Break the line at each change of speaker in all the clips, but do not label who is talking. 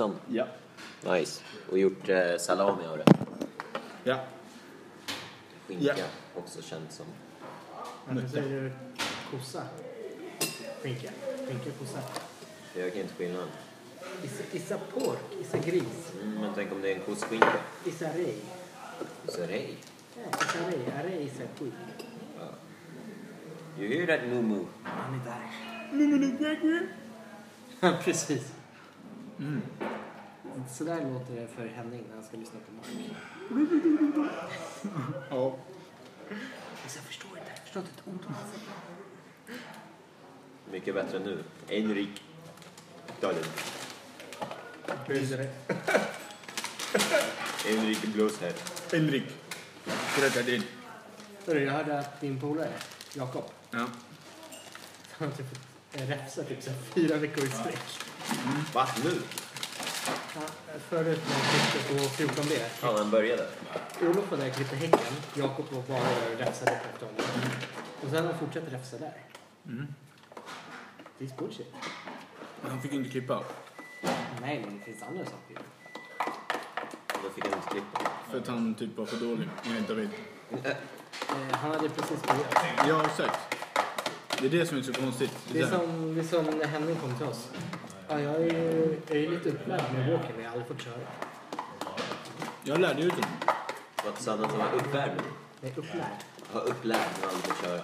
Som.
Ja.
Nice. Och gjort eh, salami av det.
Ja.
Skinka
Ja.
också känt som.
Varför säger du kossa? Skinka. Skinka kossa.
Jag kan inte skillnaden.
Issa, issa pork, issa gris,
Mm, men tänk om det är en kostskinka.
issa rej.
Och så hej.
Ja, Issa rej, arre issa skit.
You hear that moo moo?
Han är där. Ja, precis. Mm. Så där låter det för Henning när han ska lyssna på Mark.
Ja.
Alltså, jag förstår inte. Jag förstår inte ett ord han säger.
Mycket bättre nu. Enrik. Dahlin. Enrik Blås här.
Henrik. Berätta din.
Hörru, jag hörde att din polare, Jakob,
Ja.
han har typ fått eh, räfsa typ så här fyra veckor i sträck.
Va? Nu?
Han- Förut när han klippte på 14B
Ja, han började.
Olof var där och klippte häcken. Jakob var bara där och räfsade efter honom. Och sen har han fortsatt räfsa där.
Mm.
Det är bullshit.
Han fick inte klippa.
Nej, men det finns andra saker.
Då fick han inte klippa.
För att han typ var för dålig. Jag inte vet.
Eh, han hade precis börjat.
Ja, exakt. Det är det som är så konstigt.
Det är
där.
som, det är som när Henning kom till oss. Ja, jag är ju jag är ju lite upplärd med walking, men jag har aldrig fått köra.
Jag lärde ut honom.
Vad sa han att han var uppvärmd?
Nej, upplärd.
Har upplärd men aldrig fått köra.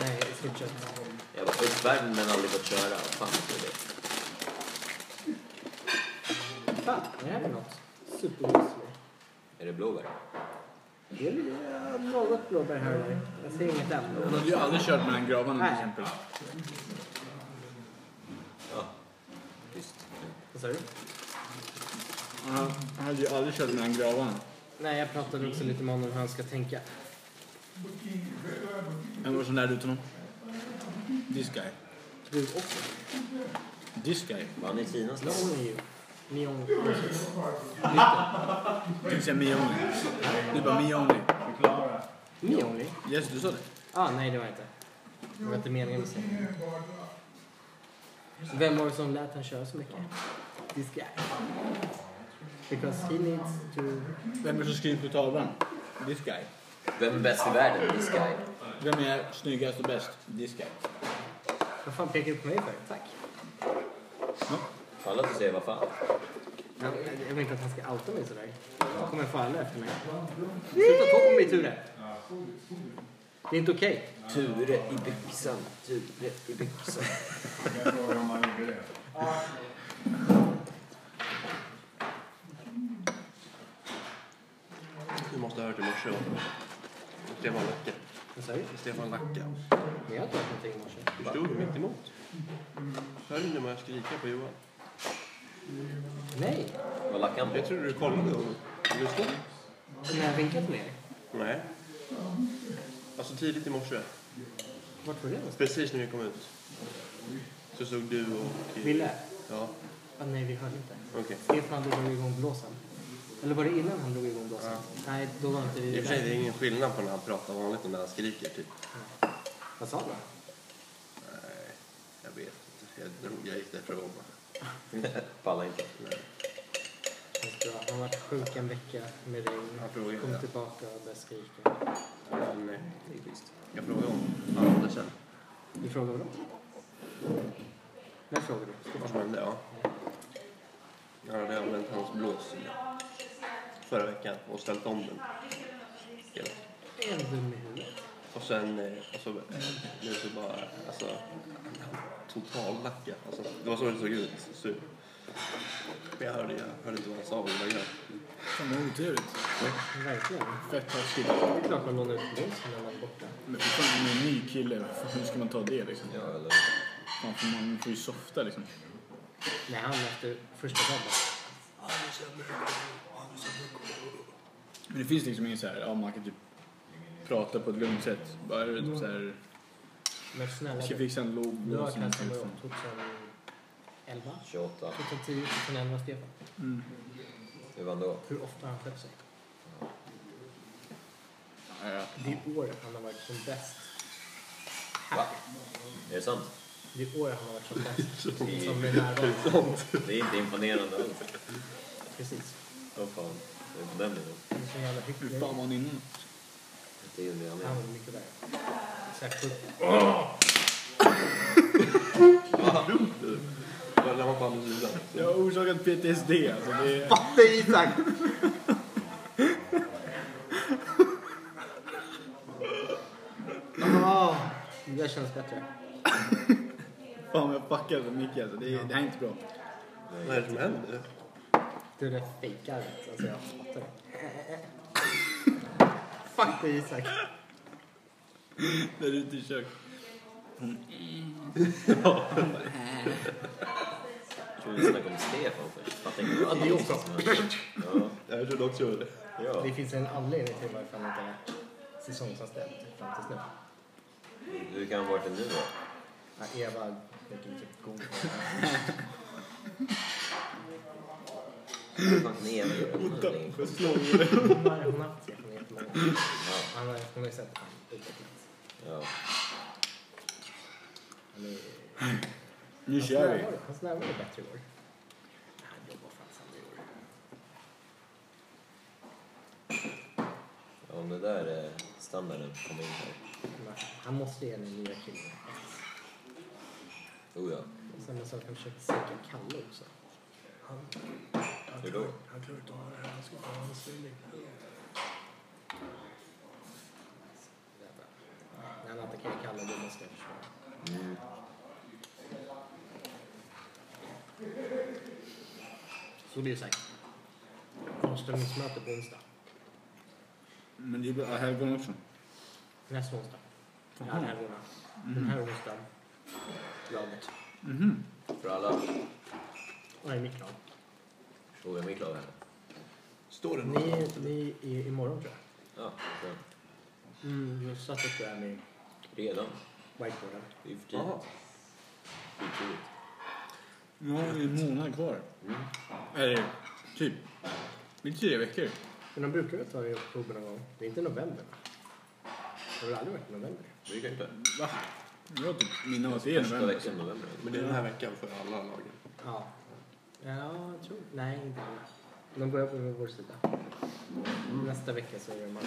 Nej, i stort sett.
Jag var uppvärmd men aldrig fått köra. Vad fan är det?
Fan, vad är det här för något? Supergoslig.
Är det blåbär?
Det är lite- något blåbär här och där. Jag ser inget än.
Han hade ju aldrig kört mellan gravarna till
Nej.
exempel.
Ja. Tyst.
Vad sa du?
Han hade- han hade ju aldrig kört mellan gravarna.
Nej, jag pratade också lite med honom hur han ska tänka.
Vem var det som lärde ut honom? This guy.
Du också.
This guy.
Var han i Kinas
Long
land?
är ju... Neon.
Du säger me only. Du bara me only.
Neon?
Yes, du sa det.
Ah, nej det var jag inte. Det var inte meningen att säga. Vem var det som lät han köra så mycket? This guy. Because he needs to...
Vem är det som skriver på tavlan? This guy.
Vem är bäst i världen? This guy.
Vem är snyggast och bäst? This guy.
Vad fan pekar du på mig för? Tack.
Alla får säga vad fan.
Jag, jag vill inte att han ska outa mig sådär. Han kommer få alla efter mig. Sluta ta på mig Ture! Det är inte okej.
Ture i byxan, Ture i byxan.
Jag frågar om han gjorde det.
Du måste ha hört i morse om Stefan Nacka.
Vad sa du?
Stefan Nacka.
Men jag har inte hört någonting i morse.
Du stod ju mitt emot. Hörde du när man skrika på Johan?
Nej!
Vad lackade han
Jag
på?
trodde du kollade honom. Lyssnade
När jag vinkat med er.
Nej. Alltså tidigt i morse,
Vart var det någonstans?
precis när vi kom ut, så såg du och...
Ville?
Ja,
Ah, nej, vi hörde inte.
okej.
Stefan drog igång blåsen. Eller var det innan han drog igång blåsen? Nej, då var inte
I
vi
och för sig, det är ingen skillnad på när han pratar vanligt och när han skriker, typ.
Vad sa du?
Nej, jag vet inte. Jag, drog, jag gick därifrån bara.
Pallar inte.
Bra. Han har varit sjuk en vecka med regn.
Han frågade
Kom
ju det.
tillbaka och började skrika.
Men, nej.
Det är schysst.
Jag frågade om Andersen.
Du frågade dem? När frågade du?
Vad som hände, ja. Jag hade använt hans blås förra veckan och ställt om den. Ja.
Är du dum i huvudet?
Och sen, eh, och så, eh, nu så bara, alltså, totallacka. Alltså, det var så det såg ut. Så, men jag hörde, jag hörde inte vad han sa, men jag
Fan vad otrevligt.
Verkligen.
Fett taskigt.
Det är klart man lånar ut blåsen när man är borta.
Men för fan, man är en ny kille. Hur ska man ta det liksom?
Ja, eller...
Fan, för man får ju softa liksom.
Nej, han efter första dagen bara,
Men det finns liksom ingen så här, ja man kan typ prata på ett lugnt sätt. Bara är det typ så här,
Men snälla
jag ska
du.
fixa en logg.
Du har
och sånt
kanske
här,
varit
liksom.
2011?
28.
2010, 2011 Stefan.
Mm.
Hur var han då?
Hur ofta har han skött sig?
Ja, ja.
Det är året han har varit som bäst.
Va? Är det sant?
Det är år han har varit som bäst. Som
Det
är närvarande.
är, det är inte imponerande alls.
Precis.
Åh fan, det är på den nivån.
Det är så jävla
Hur
hyckleri.
fan var han innan?
Det är det jag
Han
menar.
var mycket värre. Såhär sjukt.
Bara lämna på andra sidan.
Jag har orsakat PTSD alltså. Det är...
Fatta Isak! Ah, det känns bättre.
Fan jag fuckar så mycket alltså. Det, är, det här är inte bra.
Vad är det som händer?
Du är rätt fejkarvet. Alltså jag fattar det. Fuck dig Isak.
Där ute i köket.
Jag tror vi snackade om Stefan först. Fattar inte vad det är som händer. Ja.
Jag trodde också jag gjorde det.
Ja.
Det finns en anledning till varför han inte har varit säsongsanställd fram tills nu.
Hur kan han ha varit det nu då?
Ja, Eva verkar lite god.
Hur fan kan Eva göra det här länge?
Hon har hon har haft Stefan i jättemånga år.
Ja.
Han har- Hon har ju sett honom utvecklas.
Ja.
Han är-
Nu kör vi.
Hans närvaro är bättre i år. Han jobbar fan sämre i år.
Ja, Om det där är standarden kommer in här.
Men Han måste ge den nya killen.
Oh ja.
Och Samma sak, han försökte sänka Kalle också. Han,
Hur då?
han klarar inte av det här. Han ska få anställning. Vänta. När han attackerar Kalle, då måste jag försvara.
Mm.
Så det är säkert. Omställningsmöte på onsdag.
Men det är bara helgon också.
Nästa onsdag. Den här helgerna. Den
Mm.
här onsdagen. Mm. Laget.
Mhm.
För alla.
Och i mitt lag.
Fråga mig Klara.
Står det något?
Ni, ni är imorgon tror jag.
Ja, bra.
Mm, jag satt upp det här med
Redan.
whiteboarden.
Det är för tidigt.
Jaha.
Det är för tidigt.
Nu har vi en månad kvar.
Mm.
Eller typ. Det är typ tre veckor.
Men de brukar väl ta det i oktober någon gång? Det är inte november? va? Det har väl aldrig varit i november?
Brukar inte.
Va? Jag har typ minne av att det är
Första
november.
veckan i november.
Men det är den här veckan för alla lagen.
Ja. Ja, jag tror... Nej, inte alla. De börjar på vår sida. Nästa vecka så gör man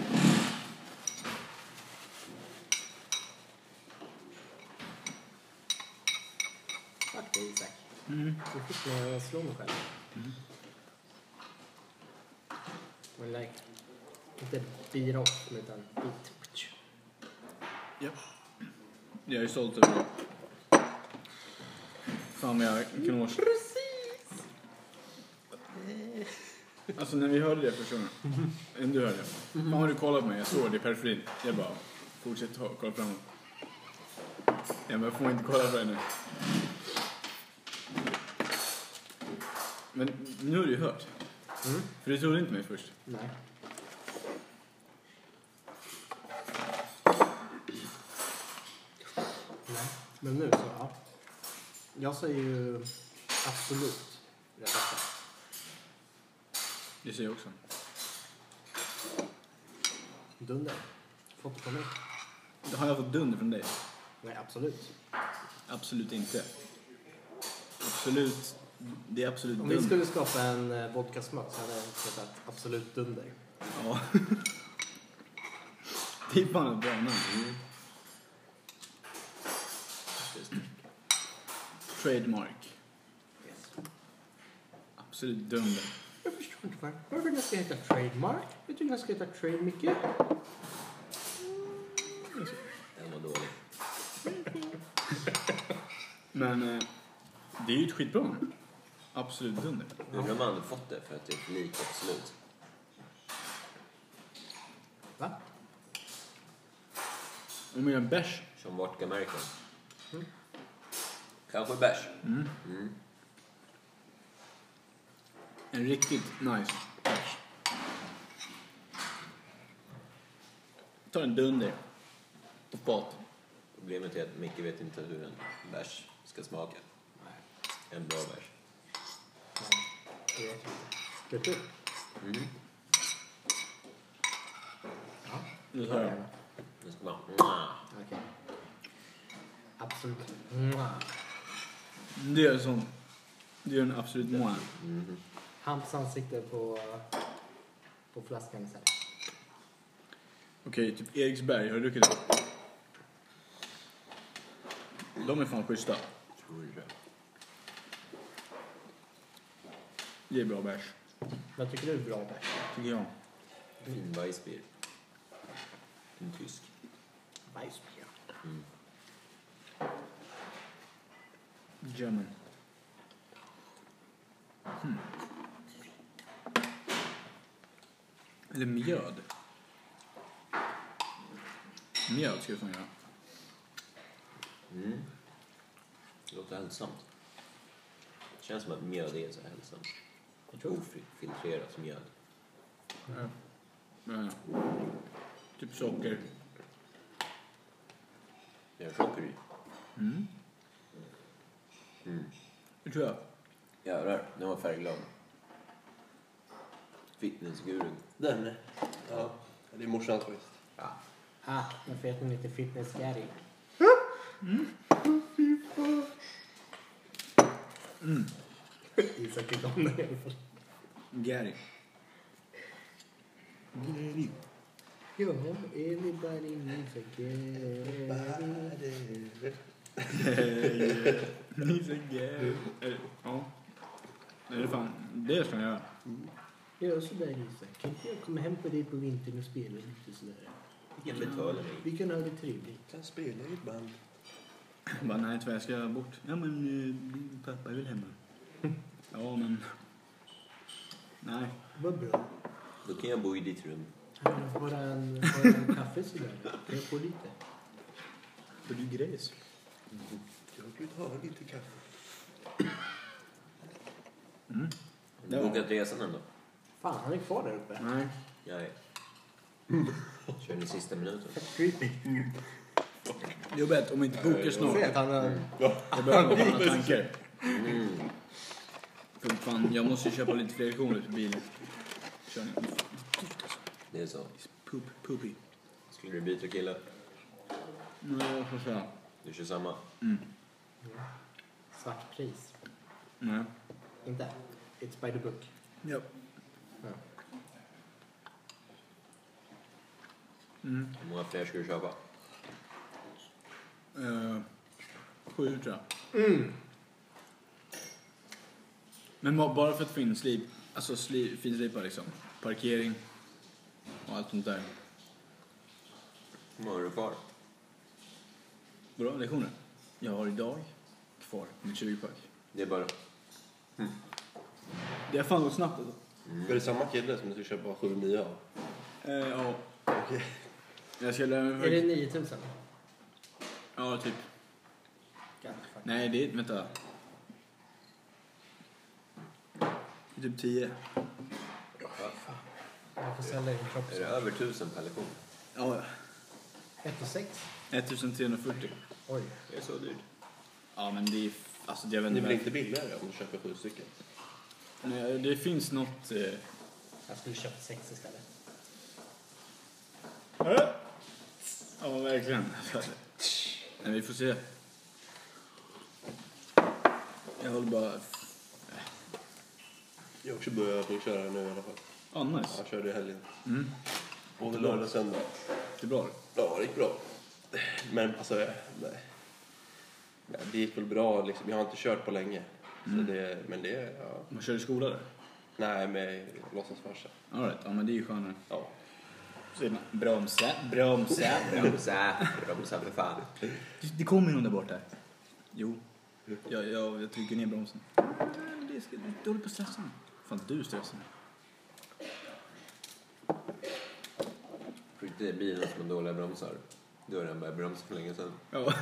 Tack dig Isak.
Mm.
Du fick mig att slå mig själv. Men like, inte bira off utan bit.
Jag är stolt över det. typ- Fan vad jag knås.
Precis!
Alltså när vi hörde det första gången. Eller Du hörde det.
Mm-hmm.
Fan vad du kollade på mig. Jag såg det i periferin. Jag bara, fortsätt ta- kolla framåt. Jag bara, får inte kolla på dig nu. Men nu har du ju hört.
Mm.
För du trodde inte mig först.
Nej. Nej, men nu så ja. Jag säger ju absolut rätt ofta.
Det säger jag också.
Dunder. Fått det från mig?
Har jag fått dunder från dig?
Nej, absolut.
Absolut inte. Absolut. Det är absolut
Om
dunder.
vi skulle skapa en eh, vodkasmak så hade den hetat Absolut Dunder.
Ja. Det är fan ett bra namn. Trademark. Absolut dunder.
Jag förstår inte varför. Varför den ska heta Trademark? Jag tycker den ska heta Trade mycket.
Den var dålig.
Men eh, det är ju ett skitbra namn. Absolut dunder.
Undrar om han hade fått det för att det är för likt absolut.
Va?
Om jag är bärs.
Som vart American. Mm. Kanske bärs.
Mm. En riktigt nice bärs. Ta en dunder. På fat.
Problemet är att Micke vet inte hur en bärs ska smaka.
Nej.
En bra bärs.
Nej, det vet jag inte. Vet du?
Mm.
Nu tar jag.
mm-hmm. Nu ska man...
Okej. Absolut.
Det är sån. Det är en absolut månad.
Mm.
Hamps ansikte på, på flaskan. Så här.
Okej, typ Eriksberg, har du druckit det? De är fan schyssta. Det är bra bärs,
Vad tycker du är bra bärs?
tycker jag.
Fin Weissbier. En tysk.
Weissbier.
German. Hmm. Eller mjöd. Mjöd skulle jag fan göra.
Mm. Det låter hälsosamt. Det känns som att mjöd är så här hälsosamt.
Jag tror
Ofiltrerat mjöd.
Ja. Ja. Typ socker.
Det är socker i.
Mm.
Mm.
Det tror jag.
Jävlar, den var färgglad. Fitnessgurun.
Den? Ja. Det är morsans faktiskt.
Ja.
Ah, men för att hon inte är fitness Mm. Gary. Mm. Isak tyckte om det i alla fall.
Gary. Gary.
Ja, everybody needs a Gary.
He's a Gary. Eh, Ja. Det är fan, det ska jag göra.
Gör sådär Isak. Kan inte jag komma hem på dig på vintern och spela lite sådär?
Jag betalar dig.
Vi kan ha det trevligt.
Kan spela i ett band.
Jag bara, nej tyvärr, jag ska bort. Ja men eh, pappa är väl hemma. Ja men. Nej.
Vad bra.
Då kan jag bo i ditt rum.
Har bara en, bara en kaffe sådär? Kan jag få lite?
För du grejs.
Jag vill ha lite kaffe.
Mm.
Har du
Ja.
bokat resan ändå?
Fan, han är kvar där uppe.
Nej.
Nej. Kör ni sista minuten?
Creepy.
Det är bättre om vi inte bokar snart.
Se att han eh, har...
Jag behöver bara andra tankar. För fan, jag måste ju köpa lite fler lektioner för bilen. Körning.
Det är så.
Poop, poopy.
Skulle du byta kille?
Nej, jag får Mm. säga.
Du kör samma?
Mm. Svart pris.
Nej.
Inte? It's by the book.
Ja. Mm.
Hur många fler ska du köpa?
Eh, sju tror jag. Men ba- bara för att få in slip, alltså slip, finslipa liksom. Parkering och allt sånt där.
Hur många har du kvar?
Bra lektioner. Jag har idag kvar mitt 20-pack.
Det är bara...
Det har fan gått snabbt alltså.
Var Mm. det samma kille som du ska köpa 7-9 av?
Eh, ja.
Okej.
Jag ska lära
Är det
mig...
9000?
Ja, typ.
Ja, fuck.
Nej, det är... Vänta. Det är Typ 10.
Jag får sälja din kropp.
Är det över tusen per lektion?
Ja,
1 och 6?
1340.
Oj.
Är det så dyrt?
Ja, men det är... Alltså, det är väl
Det blir
inte...
inte billigare om du köper sju stycken.
Nej, det finns något... Eh...
Jag skulle köpa 6 istället.
Ja, verkligen. Nej, vi får se. Jag håller bara...
Jag har också börjat på att köra nu i alla fall.
Ja,
Ja,
nice.
Jag körde i helgen.
Mm.
Både lördag och söndag.
Det är bra.
Ja, det gick bra. Men alltså, jag- nej. Nej, det gick väl bra liksom. Jag har inte kört på länge. Så det, men det, ja.
Man kör i skola där.
Nej, men låtsasfarsa.
All right. Ja, men det är ju skönare.
Ja.
Så är man, bromsa, bromsa.
Bromsa! Bromsa för fan.
Det- Det kommer ju någon där borta. Jo. Jag, jag, jag trycker ner bromsen. Nej, men Det ska, du håller på att stressa mig. Fan, du stressar mig.
Skit i bilen som har dåliga bromsar. Du har redan börjat bromsa för länge sedan.
Ja.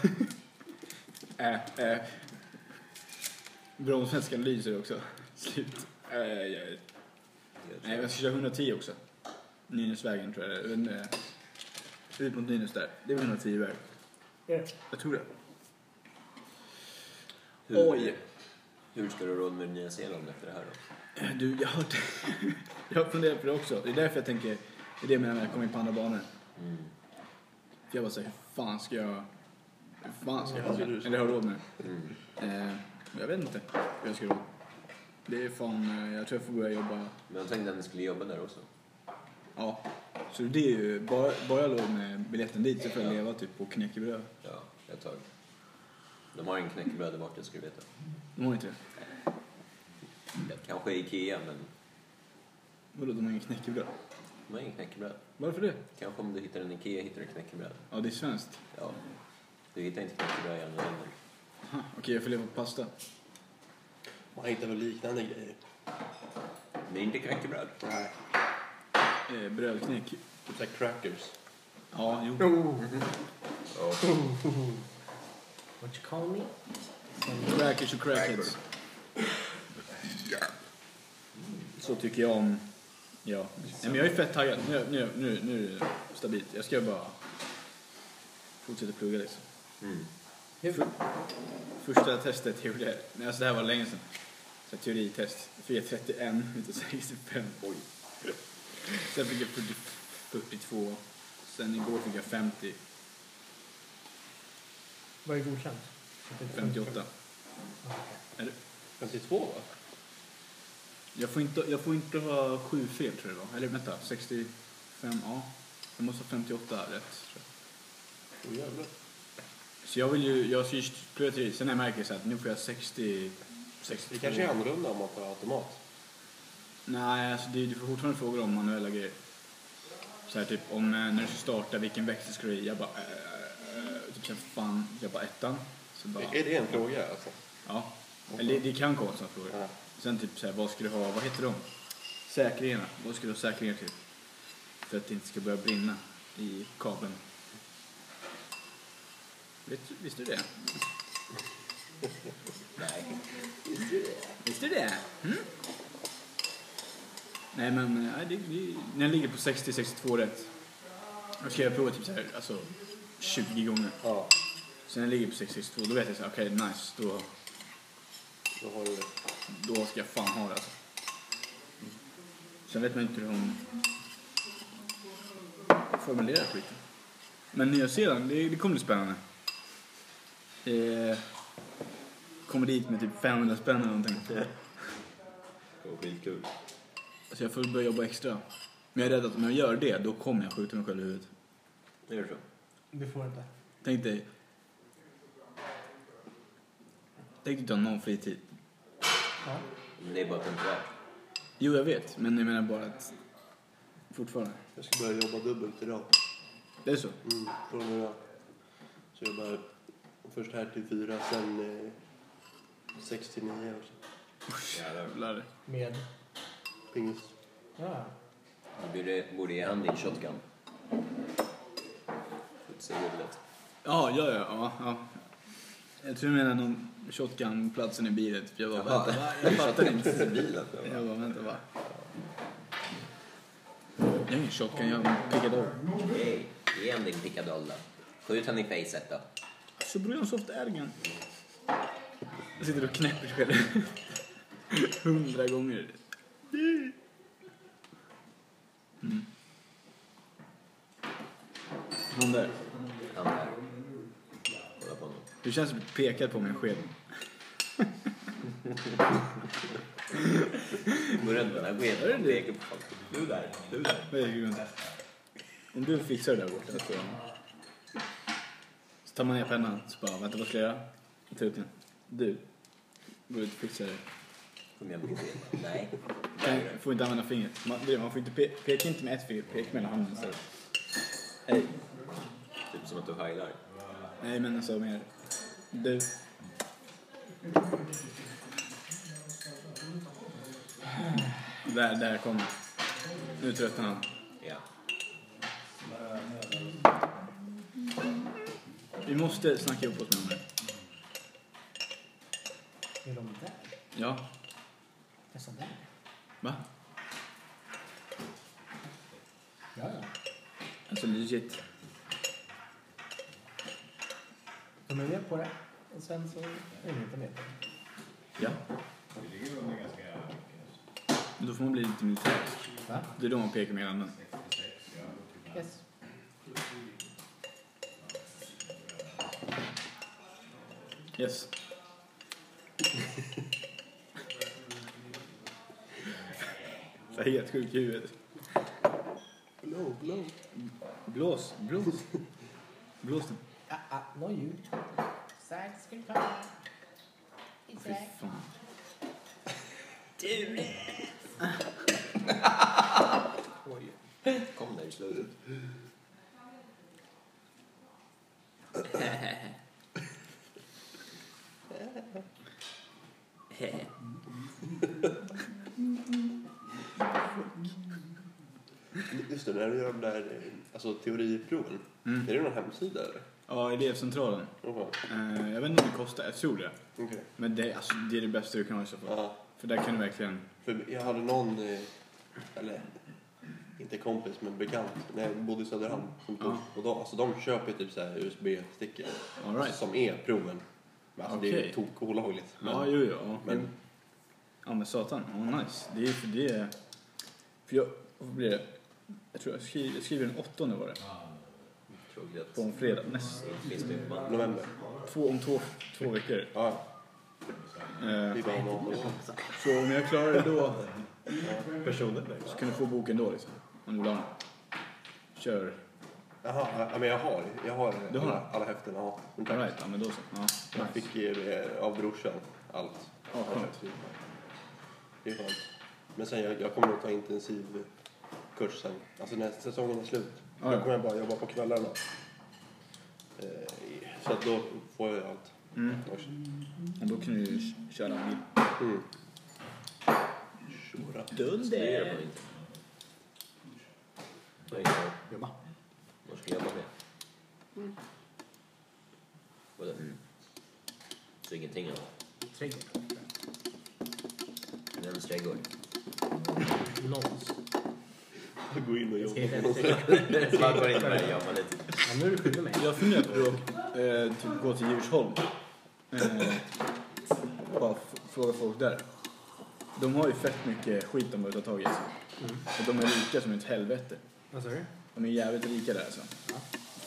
äh, äh. Bromsvätskan lyser också. Slut. Äh, jag, Nej, jag ska köra 110 också. Nynäsvägen tror jag det är. Men, eh, Ut mot Nynäs där. Det är väl 110 väg. Jag tror det.
Hur,
Oj.
Hur ska du ha råd med Nya Zeeland efter det här då?
Eh, Du, jag har hört... jag har funderat på det också. Det är därför jag tänker...
Mm.
Det är det jag menar när jag kommer in på andra banor. För jag bara säger, hur fan ska jag... Hur fan ska jag ha
Ja,
det?
du-
Eller har råd med
Mm.
det? eh, Jag vet inte hur jag ska ha råd. Det är fan, eh, jag tror jag får börja jobba.
Men jag tänkte att ni skulle jobba där också.
Ja. Så det är ju, bara, bara jag har råd med biljetten dit så får jag leva typ på knäckebröd.
Ja, ett tag. De har ingen knäckebröd där borta, ska du veta.
De har inte det.
Kanske Ikea, men
Vadå, de har ingen knäckebröd?
de har ingen knäckebröd.
Varför det?
Kanske om du hittar en Ikea hittar du knäckebröd.
Ja, det är svenskt.
Ja. Du hittar inte knäckebröd i andra länder.
Ha, Okej, jag får leva på pasta.
Man hittar väl liknande grejer.
Men inte knäckebröd.
Nej.
Eh, brödknäck.
Typ såhär crackers.
Ja, jo.
Oh.
Ja.
What you call me?
Crackers och crackheads. Så tycker jag om... Ja. Nej, men jag är fett taggad. Nu, nu, nu, nu är det stabilt. Jag ska bara fortsätta plugga liksom.
Mm.
Hur?
Första testet gjorde jag... Nej, alltså det här var länge sedan. Så här, teoritest. E 431 utav 65.
Oj.
Sen fick jag 40, 42. Sen igår fick jag 50.
Vad är godkänt?
58.
Ja,
Är det?
52 va?
Jag får inte, jag får inte ha sju fel tror jag det var. Eller vänta, 65 A. Jag måste ha 58 rätt. Tror jag.
Åh jävlar.
Så jag vill ju, jag ska ju plugga teori. Sen när jag märker så att nu får jag 60, 62.
Det kanske är annorlunda om man tar automat.
Nej, alltså det, du får fortfarande frågor om manuella grejer. Så här typ om eh, när du ska starta, vilken växel ska du i? Jag bara, eh, eh, typ så här, fan, jag bara ettan. Så bara,
Är det en fråga alltså?
ja. Eller det, det kan komma sådana frågor.
Ja.
Sen typ så här, vad ska du ha, vad heter de? Säkringarna. Vad ska du ha säkringar till? För att det inte ska börja brinna i kabeln. Vet, du- visste du det?
Nej.
Visste du det? Mm? Nej men, eh, nej, det, det, när jag ligger på 60-62 rätt. Då ska jag prova typ så här, alltså 20 gånger.
Ja,
Sen när jag ligger på 60-62 då vet jag så här, okej nice, då,
då har du det.
då ska jag fan ha det alltså. Sen vet man inte hur hon formulerar skiten. Men Nya Zeeland, det, det kommer bli spännande. Eh, kommer dit med typ 500 spänn eller någonting.
Det var skitkul.
Så Alltså, jag får börja jobba extra. Men jag är rädd att om jag gör det, då kommer jag skjuta mig själv i huvudet.
Är det så?
Du får inte.
Tänk dig... Tänk dig att du har någon fritid.
Ja.
Men det är bara temporärt.
Jo, jag vet, men jag menar bara att... Fortfarande.
Jag ska börja jobba dubbelt idag.
Det är så?
Mm, från och med. Så jag bara först här till fyra, sen eh, sex till nio och så
Jävlar.
Jävlar.
Med?
pingis.
Ja.
Du borde- borde ge han din shotgun. Putsa hjulet.
Ja, ja, ja, ja, ja. Jag tror du menar någon shotgun-platsen i bilen. För jag bara,
Jaha.
vänta, va? Jag fattar inte.
Bilen.
Jag bara, vänta, va? Jag har ingen shotgun, jag har en pickadoll.
Okej. Ge han din pickadoll då. Skjut han i facet då.
Så beror jag soft ärgen. Jag sitter och knäpper sig själv. Hundra gånger. Mm. Han där.
Han där. Kolla på honom.
Du känns som du pekar på min sked.
Gå runt med den här skeden och peka på folk. Du där. Du där.
Vad är det för grund? Om du fixar det där borta så... Så tar man ner pennan så bara, vänta vad ska jag göra? Ta ut den. Du. Gå ut och fixa det.
Kom igen min sked. Nej.
Man får inte använda fingret. Man, det är det, man får inte pe- peka inte med ett finger, peka med hela handen istället. Hej.
Typ som att du heilar.
Nej men alltså mer... Du. Där, där kommer Nu tröttnar han.
Ja.
Vi måste snacka ihop oss med honom.
Är de där?
Ja.
Nästan där?
Va?
Ja, ja.
Alltså legit.
De är med på det. Och sen så är de inte med på det.
Ja.
Vi ligger under ganska mycket. alltså.
Men Då får man bli lite militär.
Va?
Det är då man pekar med hela handen.
66, ja.
Yes.
Yes. Jag är helt sjuk i huvudet.
Blow, blow.
Blås, blås. Blås den.
Ah, ah, no you.
Sax goodbye.
Fy
Exactly.
fan.
Oj. Kom där i slutet.
Just det, när du gör de där eh, alltså, teoriproven.
Mm.
Är det någon hemsida eller?
Ja, elevcentralen.
Jaha,
Eh, jag vet inte om det kostar, jag tror det.
Okej.
Men det, alltså, det är det bästa du kan ha i så fall.
Ja,
För där kan du verkligen...
för jag hade någon, eh, eller inte kompis men bekant, när jag bodde i Söderhamn. Som tog,
Ja.
och de, alltså, de köper ju typ så här USB-stickor
All right.
som är proven. Men, alltså, Det är ju
Okej.
tokolagligt. Men,
Ja, jo, ja.
men
Ja men satan, oh, nice. Det är för det... är- För jag, vad blir det? Jag tror jag skriver, jag skriver den åttonde var det.
Krångligt.
På en fredag. Näst,
Finns det ju bara.
november.
två, om två, två veckor.
Ja, det
Eh,
är bara en månad.
så om jag klarar det då
Personen där.
så kan du få boken då liksom. Om du vill ha den. Kör.
Jaha, ja, men jag har, jag har,
Du har
alla,
det?
alla häften. Ja, men tack.
All right, ja men då så. Ja,
Jag
nice.
fick ju det av brorsan, allt.
Ja, skönt.
Det är skönt. Men sen, jag, jag kommer nog ta intensiv kurs sen. Alltså när säsongen är slut.
Ja,
Då
ja.
kommer jag bara jobba på kvällarna. Eh, i- Så att då får jag ju allt.
Mm. Och då kan du ju köra min.
Mm. Tjora.
Det gör man inte. Nej, jag
Jobba.
Vad ska jag jobba med? Vadå? Mm. Så ingenting eller?
Trädgård.
Vems trädgård?
Någons.
Gå in och jobba.
Ska jag inte ens-
Man går in och börjar jobba lite.
Ja, nu är du skyldig mig.
Jag funderar på att eh, typ gå till Djursholm. Eh, bara f- fråga folk där. De har ju fett mycket skit de behöver ta tag i. Alltså. Och de är rika som ett helvete.
Mm. Vad sa du?
De är jävligt rika där alltså.
Ja.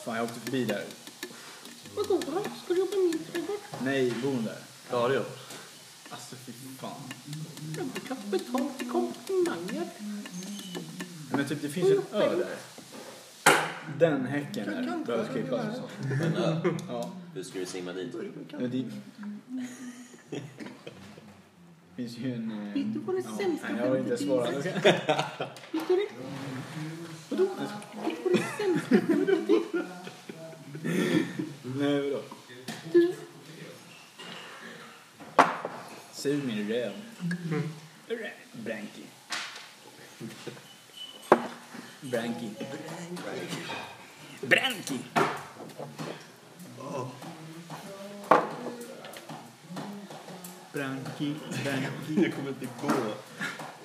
Fan, jag åkte förbi där.
Vadå då? Ska du jobba min trädgård?
Nej, bor hon där?
Ja, det gör
Alltså fy fan.
Jag brukar få betalt i komplimanger.
Men typ det finns ju en ö där. Den häcken där behöver klippas alltså.
Men, äh,
Ja.
hur ska vi simma dit?
Men det finns ju en... eh,
Vet du vad det
ja,
sämsta
nej, Jag har inte
skämtet
svarat.
är?
Okej.
Vet du det? Vadå? Vet du vad det sämsta skämtet är?
Nej, vadå?
Du,
Sug min röv. Röv. Branky. Branky. Branky. Branky, Branky.
Det kommer inte gå.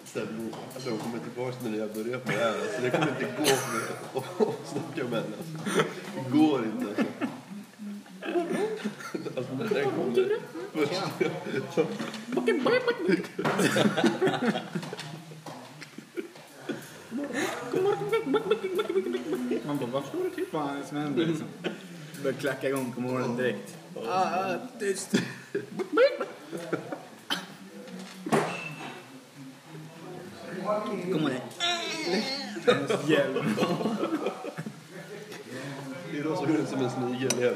Sen, alltså, jag kommer tillbaka när jag börjar på det här. Alltså, det kommer inte gå för mig att- att snacka med henne. Alltså. Det går inte. Alltså. Alltså, när den kommer först.
bocka, bocka, bocka.
Man bara, vad står det till? Vad är det som händer
Mm.
liksom? Börjar klacka igång på morgonen direkt. Kom igen. Jävlar.
Det är då som ser ut som en snigel igen.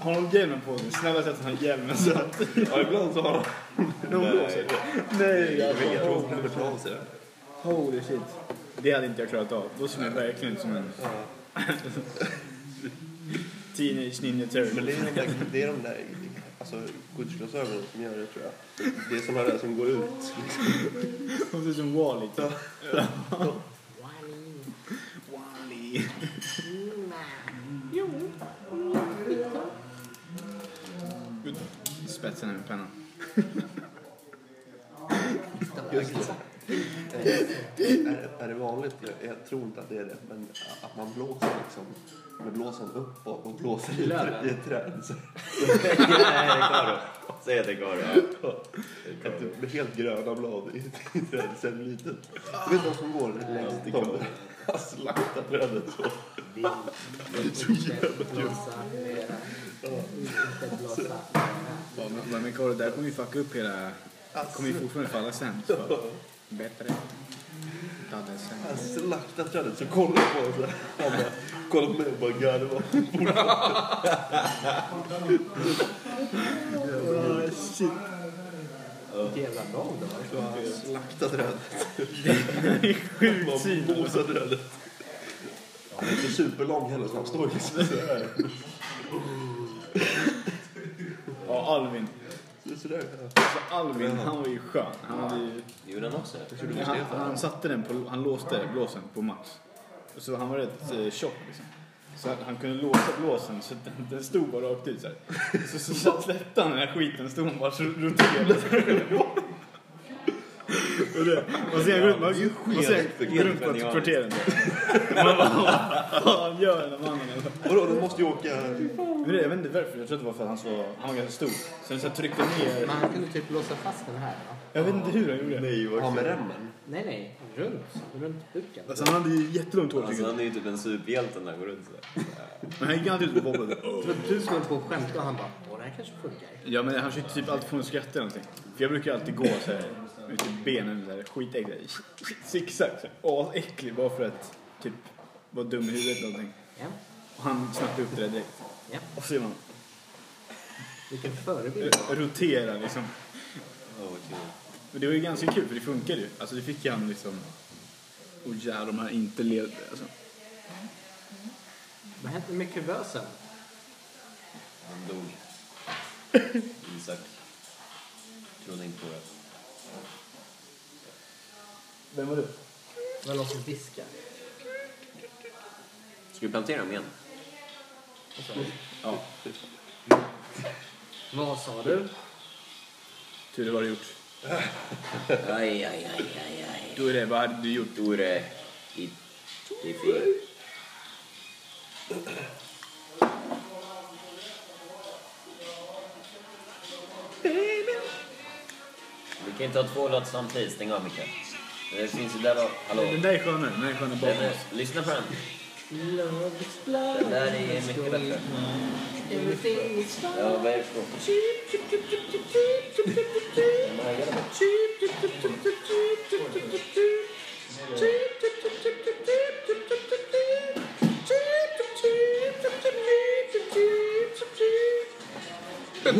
Har de hjälmen på sig? Snälla sätt att han har hjälmen så att...
Ja, ibland så har han...
De blåser. Nej,
Jag vet,
alltså.
jag tror han tar av sig den.
Holy shit. Det hade inte jag klarat av. Då ser jag verkligen ut som en... Teenage Ninja
Men
Turtle.
det är de där, det är de där alltså, skyddsglasögonen som gör det, tror jag. Det är såna där som går ut. Liksom.
Hon ser ut som Wall-E. typ.
Wally.
Wall-E.
Jo, jo, skitbra.
Spetsen med pennan.
Just det. Är, är det vanligt? Jag, jag tror inte att det är det. Men att man blåser liksom med blåsen uppåt och blåser i, ett trä- i ett träd. Så
Nej, det går då. Säg att det går då.
att det blir typ helt gröna blad i ett i ett träd. Sen litet. Du vet de som går längs
det
tomten? Han slaktar trädet så.
Så jävla
dumt.
Ja, men, men, men Karl, det där kommer ju fucka upp hela... kommer ju fortfarande falla sämst. för- Bättre. Dadde sämst.
Jag slaktade trädet så kollade jag på honom såhär. Han bara kollade på mig och bara garvade. Jävlar, Shit,
Jävla bra det var.
jag slaktade trädet.
Sjukt
Man mosade trädet. Han är inte superlång heller så han står liksom sådär.
Ja, Alvin.
Sådär.
Alltså, Alvin, han var ju skön. Han hade ju...
Gjorde han också?
Han, han satte den på, han låste blåsen på max. Så han var rätt eh, tjock liksom. Så att han kunde låsa blåsen så att den, den stod bara rakt ut så här. Så, så, så släppte han den här skiten stod hon bara så runt hela. Och det- Man ser han går runt- man- man ser han går runt på kvarteren. där. Man bara, vad fan gör den här mannen? alltså?
Vadå, de måste ju åka...
Men det- Jag vet inte varför, jag tror att det var för att han, så, han var ganska stor. Så den så här tryckte ner.
Men han kunde typ låsa fast den här va?
Jag vet inte hur han gjorde. Nej,
Ja, med remmen.
Nej, nej. Runt. Runt buken.
alltså, han hade ju jättelångt hår tycker
Alltså
jag.
han är ju typ en superhjälte när han går runt sådär.
Men han gick alltid ut på bobbet.
Det var du som höll på och skämtade och han bara, åh det här kanske funkar.
Ja men han försökte typ alltid få en skratt eller någonting. För jag brukar alltid gå så här ut i benen så här skitäcklig. Zigzag så här. Asäcklig bara för att typ vara dum i huvudet eller någonting.
Ja,
Och han snappade upp det där direkt.
ja.
Och så gör man
Vilken förebild.
roterar liksom.
Oh, gud.
Men det var ju ganska kul för det funkade ju. Alltså det fick han liksom. Och jävlar de här inte levde alltså.
Vad hände med kuvösen?
han dog. Isak. Trodde inte på det.
Vem var du?
Det var någon som viskade.
Ska vi plantera dem igen?
Ja.
Vad sa du?
Tur det var du gjort.
Aj, aj, aj, aj, aj.
Du är det, vad hade du gjort?
Tore. I... I fel. Vi kan inte ha två låtar samtidigt. Stäng av Micke. Det finns ju där och... Hallå.
Den där är skönare, den där är skönare
Den
bakom
är...
oss.
Lyssna på den.
Love is blind.
Den där är mycket bättre.
Everything is fine.
Ja, vad är det för låt?
Cheep, cheep, cheep, cheep, cheep, cheep, cheep, cheep, cheep, cheep.
Den här gör det.
Cheep, cheep, cheep, cheep, cheep, cheep, cheep, cheep, cheep, cheep. Cheep, cheep, cheep, cheep, cheep, cheep, cheep, cheep, cheep, cheep. Cheep, cheep, cheep, cheep, cheep, cheep, cheep, cheep, cheep, cheep.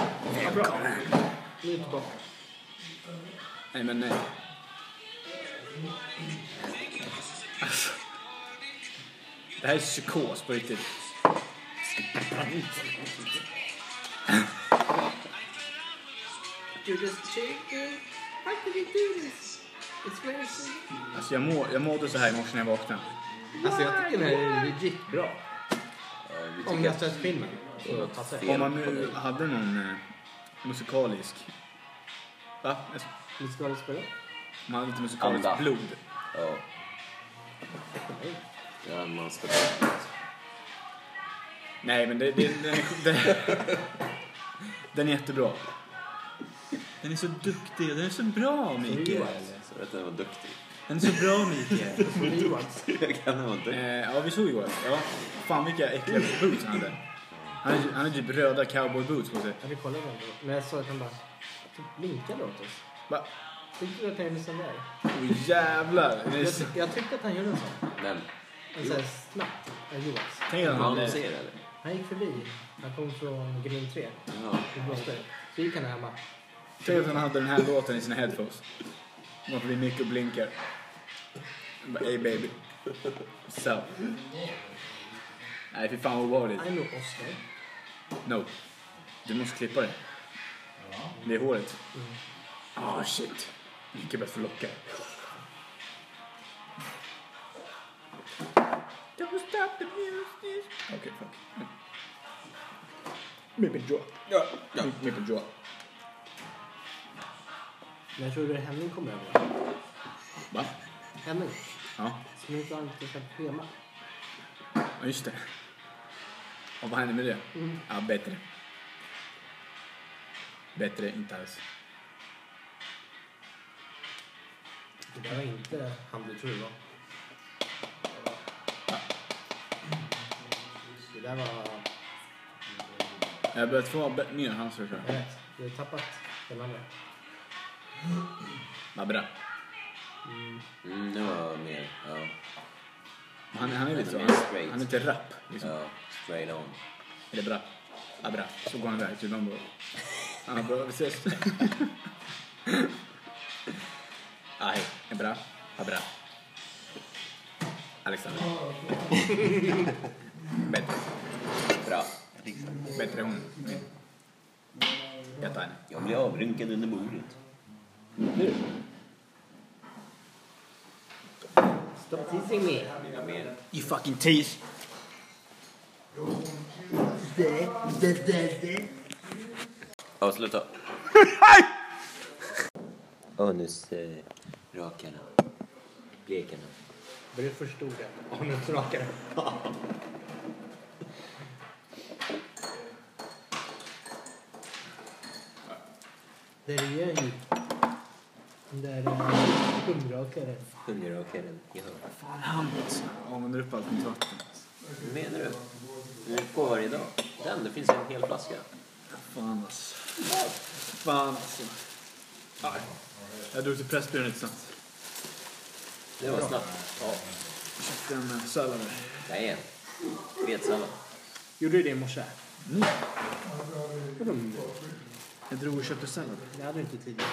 Nu är vi tillbaka.
Nej men nej. Alltså, Det här är psykos på riktigt.
You're just chicken. How can you do this? It's very simple.
Alltså jag, må, jag mådde så här i morse när jag vaknade.
Alltså jag tycker den här är legit bra.
Ja,
Om jag sett filmen så passar det.
Om man nu hade någon eh, musikalisk... Va? Alltså,
Nu ska vi spela.
Om man hade lite musikaliskt
Anda.
blod.
Ja. Ja, man ska ta...
Nej men det, det, den, är, den, den är jättebra. Den är så duktig. Den är så bra Mikael.
Så vet jag, den var duktig.
Den är så bra Mikael.
Kan den vara duktig?
Eh, ja, vi såg igår. Ja. Fan vilka äckliga boots han hade. Han hade, han hade typ röda cowboyboots på sig.
Ja, vi kollade den då. Men jag såg att han bara typ blinkade åt oss.
Va?
Tyckte du att han gjorde sån där?
Åh jävlar. Det är
Jag,
så...
ty- jag tyckte att han gjorde en sån.
Men,
En sån här snabbt. Ja, Jonas.
Tänk att han
man
hade...
ser eller?
Han gick förbi. Han kom från Green 3.
Ja.
Det blåste. Så gick han här och bara...
Tänk att han hade den här låten i sina headphones. Man blir mycket och blinkar. Han bara, Hey baby. So. Nej fy fan vad obehagligt.
I know Oscar.
No. Du måste klippa det. Det är håret. Ah shit. Mycket bättre lockar. Okej, fan. Med min jaw. Ja. Med min jaw.
När tror du Henning kommer över?
Va?
Henning?
Ja.
Som inte har antecknat schema.
Ja, just det. Och vad hände med det? Ja, bättre. Bättre, inte alls.
Det där var inte han du tror det var. Det där var...
Jag börjar få bä- mer chanser tror jag.
Rätt. Du har tappat den andra.
Vad bra.
Mm, det var mer, ja.
Men Han, han är lite så.
Han är
Han,
straight.
han är inte rapp. Liksom.
ja straight on.
Eller bra. Ja, bra. Så går han iväg. Typ han bara... Ja, bra. Vi ses. Ja, hej. Är bra. Ja, bra. Alexander. Bättre.
Bra.
Bättre hon. Jag tar henne.
Jag blir avrynkad under bordet.
Stop teasing me.
Jag med.
You fucking tease.
Avsluta. Anusrakarna. eh, Blekarna.
Börja förstora. Anusrakare. Där är jag ju. Den där eh, hundrakaren.
Hundrakaren. Ja.
Fan, han alltså. Använder upp allt mitt vatten.
Vad menar du? Du är på varje dag. Den, det finns en hel flaska.
Fan alltså. Fan alltså. Ja, Jag drog till Pressbyrån lite snabbt.
Det var snabbt. Ja.
Köpte en eh, sallad. där.
Nej. Fetsallad.
Gjorde du det i morse?
Mm. Jag drog och köpte sallad.
Det hade du inte tidigare.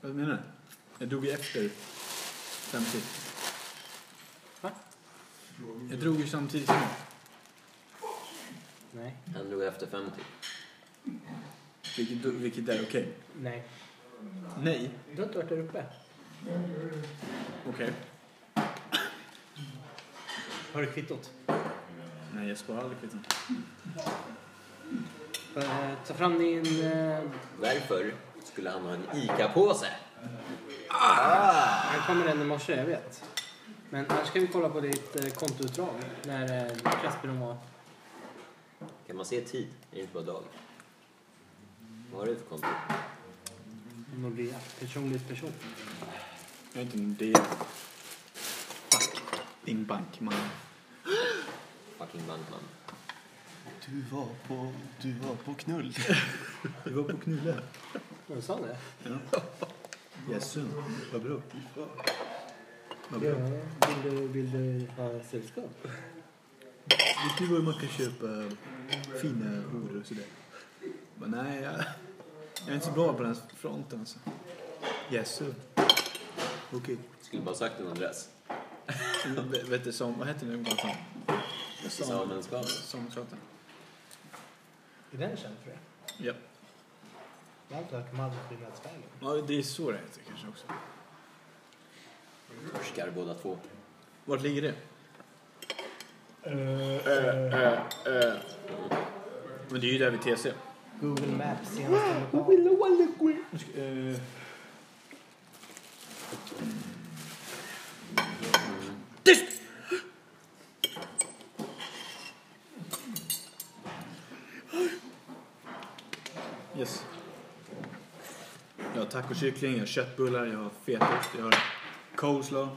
Vad menar du? Jag drog ju efter 50.
Va?
Jag drog ju samtidigt som
Nej.
Han drog efter 50.
Vilket, då- vilket är okej.
Nej.
Nej.
Du har inte varit där uppe.
Okej.
Har du kvittot?
Nej, jag sparar aldrig kvitton.
Eh, ta fram din... Eh,
Därför skulle han ha en ICA-påse.
här kommer den i morse, jag vet. Men annars kan vi kolla på ditt eh, kontoutdrag när eh, Pressbyrån var...
Kan man se tid? Är det inte bara dag? Vad har du för konto?
Nordea. Personligt person.
Jag är inte en del. Fuck. Din bankman.
Fucking bankman.
Du var på, du var på knull.
Du var på knulle.
Vem sa det?
Jösses. Vad bra. Vad
Ja,
bra.
vill du, vill du ha sällskap?
Vet du var man kan köpa eh, fina horor och sådär? Men nej, jag, jag är inte så bra på den fronten alltså. Jösses. Okej.
Skulle bara sagt en adress.
V- Vet du som, vad heter den gatan?
Samuelsgatan.
Samuelsgatan.
Är den känd för det?
Ja.
Jag har inte hört om Malmbyggnadsvägen.
ja, det är så det heter kanske också.
Torskar båda två.
Vart ligger det? Men det är ju där vid TC.
Google Maps senaste lokal.
Yes. Jag har tacokyckling, jag har köttbullar, jag har fetaost, jag har coleslaw.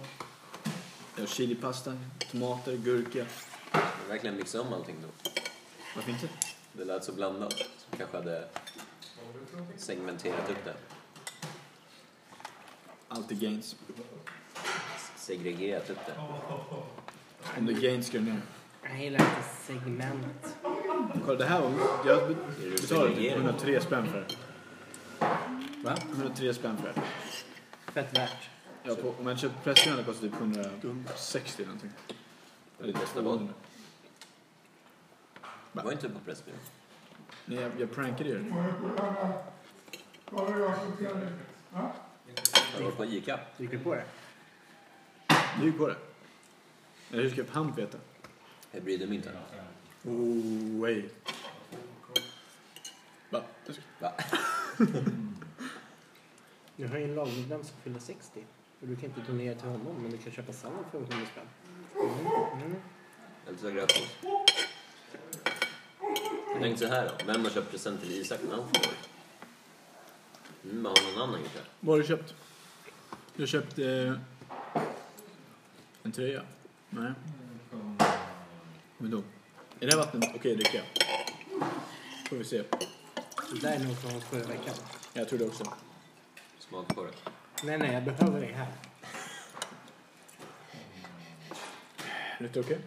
Jag har chilipasta, tomater, gurka.
Men verkligen mixa om allting då.
Varför inte?
Det lät så blandat. Så kanske hade segmenterat upp det.
Allt är gains.
Segregerat upp det.
Om det är gains ska du ner.
Jag gillar inte segment.
Kolla det här var... Jag
Är det
betalade typ
segregering?
103 spänn för det.
Va?
103 spänn för det.
Fett värt.
Ja, på, om jag köper pressgröna kostar typ 160 eller någonting. Eller
Nästa
200.
gång. Var inte på Pressbyrån.
Nej, jag, jag prankade er.
Jag var på ICA.
Gick du på det?
Du gick på det. Eller hur ska Pamp veta?
Hybridmynten.
Oh, way. Va?
Va?
Nu har ju en lagmedlem som fyller 60. Och du kan inte donera till honom, men du kan köpa sallad för 100 spänn. Mm.
Jag är lite sugen på grattis. Jag tänkte så här då. Vem har köpt present till Isak när han fyller år? Mm, har någon annan kanske?
Vad har du köpt? Jag köpte eh, en tröja. Nej. Kommer inte ihåg. Är det vatten? Okej, dricka. Får vi se.
Det där är nog från förra veckan.
Jag tror det också.
Smak på det.
Nej, nej, jag behöver det här.
Lite okej?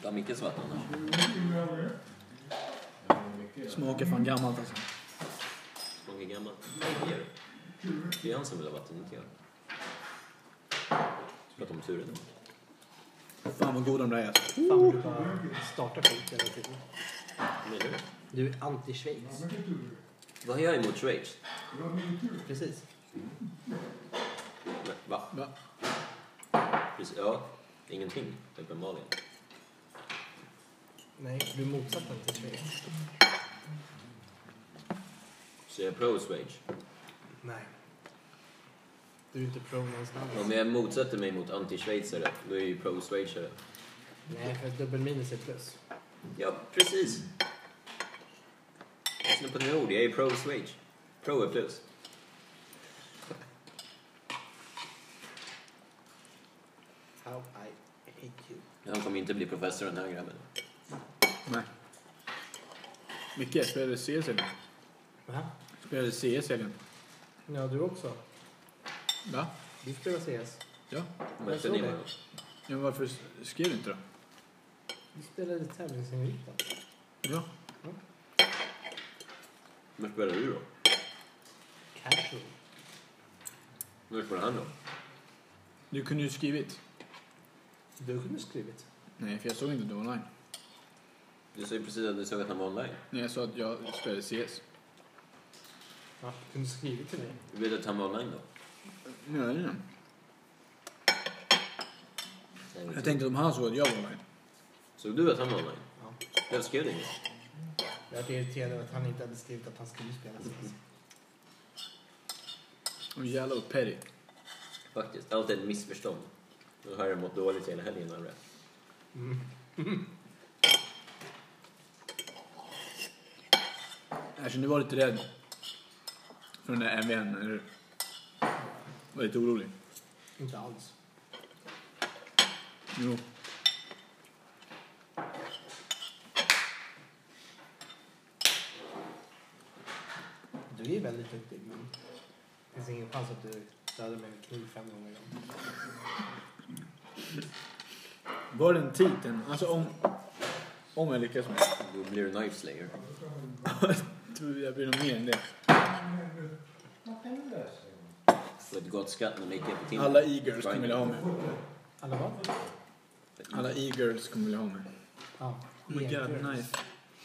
Du har Mickes vatten annars.
Smakar fan gammalt alltså.
Smakar gammalt. Vad ger du? Det är han som vill ha vatten, inte jag. Prata om turen.
Fan vad goda de där är alltså.
Fan vad du bara startar skit hela tiden.
Vad menar du?
Du är anti-Schweiz.
Vad har jag emot Schweiz?
Precis.
Nej, Va?
Va?
Precis, ja. Ingenting, uppenbarligen.
Nej, du är motsatsen till Schweiz.
Så jag är pro-Schweiz.
Nej. Du är inte pro någonstans.
Om jag motsätter mig mot anti-schweizare, då är jag ju pro-schweizare.
Nej, för dubbel minus är plus.
Ja, precis. Lyssna på dina ord, jag är pro-Schweiz. Pro är plus.
How I hate you.
Han kommer inte bli professor den här grabben.
Nej. Micke, spelade du CS i helgen?
Va?
Spelade du CS i helgen?
Ja, du också.
Va?
Du spelar CS.
Ja.
Men
såg
sen är
det.
man...
Men varför skrev du inte då?
Du spelade tävlingsinriktad.
Ja.
När spelar du då?
Casual.
När spelar han då?
Du kunde ju skrivit.
Du kunde skrivit.
Nej, för jag såg inte att du var online.
Du sa ju precis att du såg att han var online.
Nej, jag sa att jag spelade CS.
Ja, du kunde skrivit till mig.
Du vet att han var online då?
Nej, nej.
Nej,
Jag tänkte att om han såg att jag var online.
Såg du att han var online?
Ja.
Jag skrev det inget.
Jag blev irriterad över att han inte hade skrivit att han skulle spela CS.
Och jävlar vad petty.
Faktiskt. Allt är ett missförstånd. Nu har jag mått dåligt hela helgen av det.
Jag kände Alltså, var lite rädd. För den där MVN, eller hur? Var lite orolig.
Inte alls.
Jo.
Du är ju väldigt duktig, men det finns ingen chans att du dödar mig med kniv fem gånger om.
Var den titeln? Alltså om... Om jag lyckas med det.
Då blir du knife slayer.
Jag tror jag blir nog mer än det.
Får ett gott skatt när Micke är på Tinder.
Alla e-girls kommer vilja ha mig.
Alla vad?
Alla e- e-girls kommer vilja ha mig.
Ja.
Oh my god, knife.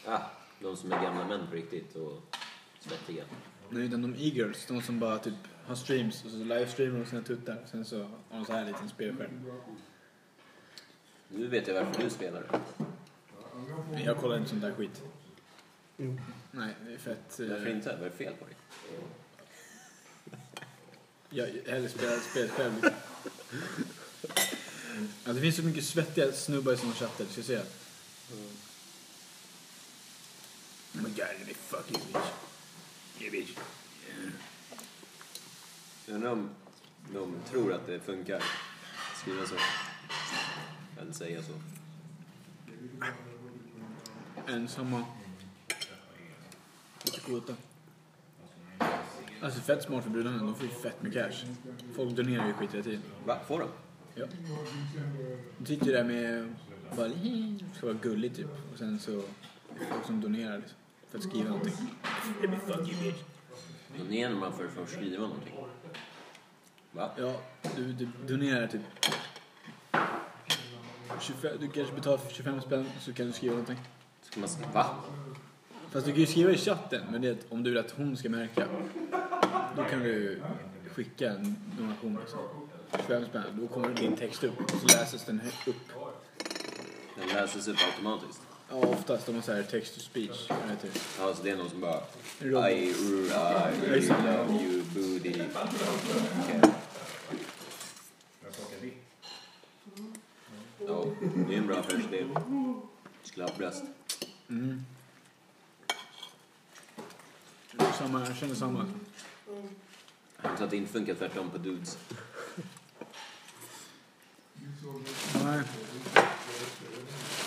Ah, de som är gamla män på riktigt och svettiga.
Nej, utan de e-girls, de som bara typ har streams och så livestreamar de sina tuttar. Sen så har de så här liten spelskärm.
Nu vet jag varför du spelar.
Men jag kollar inte sånt där skit.
Jo.
Nej, det är fett...
Varför
Eh,
inte? Vad är det fel på dig?
jag hellre spelar spel själv. ja, det finns så mycket svettiga snubbar i såna chattar, du ska se. Oh my god, let me fuck you bitch. Yeah bitch.
Jag undrar om de tror att det funkar. att Skriva så. Eller säga så.
Ensamma. Lite kåta. Alltså fett smart för brudarna, de får ju fett med cash. Folk donerar ju skit hela tiden.
Va? Får de?
Ja. De tycker det där med bara "Hihi", ska vara gullig typ. Och sen så är det folk som donerar liksom, för att skriva någonting.
Donerar man för, för att skriva någonting? Va?
Ja, du, du donerar typ 25, du kanske betalar 25 spänn så kan du skriva någonting.
Ska man skriva? Va?
Fast du kan ju skriva i chatten, men det är att om du vill att hon ska märka. Då kan du skicka en donation. Liksom. 25 spänn, då kommer din text upp och så läses den hö- upp.
Den läses upp automatiskt.
Ja, oftast de har så här text to speech. typ. vad heter det?
Ja, så det är någon som bara...
Robot.
I, ru- I, I love you, booty. Okay.
Jag plockar ditt.
Ja, det är en bra affärsidé. Sklapprest.
Mm. Det är Samma, jag känner samma.
Så att det inte funkar tvärtom på dudes.
Nej.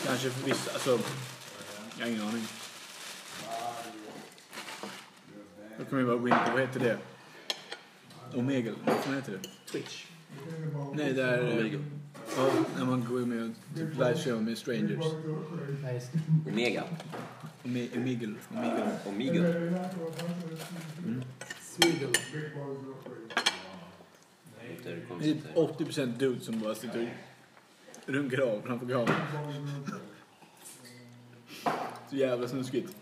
Kanske för vissa, alltså. Jag har ingen aning. Då kan vi bara gå in på, vad heter det? Omegle, vad fan heter det?
Twitch.
Nej, det är... Omegle. Ja, när man går med och typ livestreamar med strangers.
Ja, just det.
Omega.
Ome- Omegle, Omegle.
Omegle. Mm.
Smigel.
Det är
Det är
konstigt.
typ 80% dudes som bara sitter och runkar av framför kameran. Så jävla snuskigt.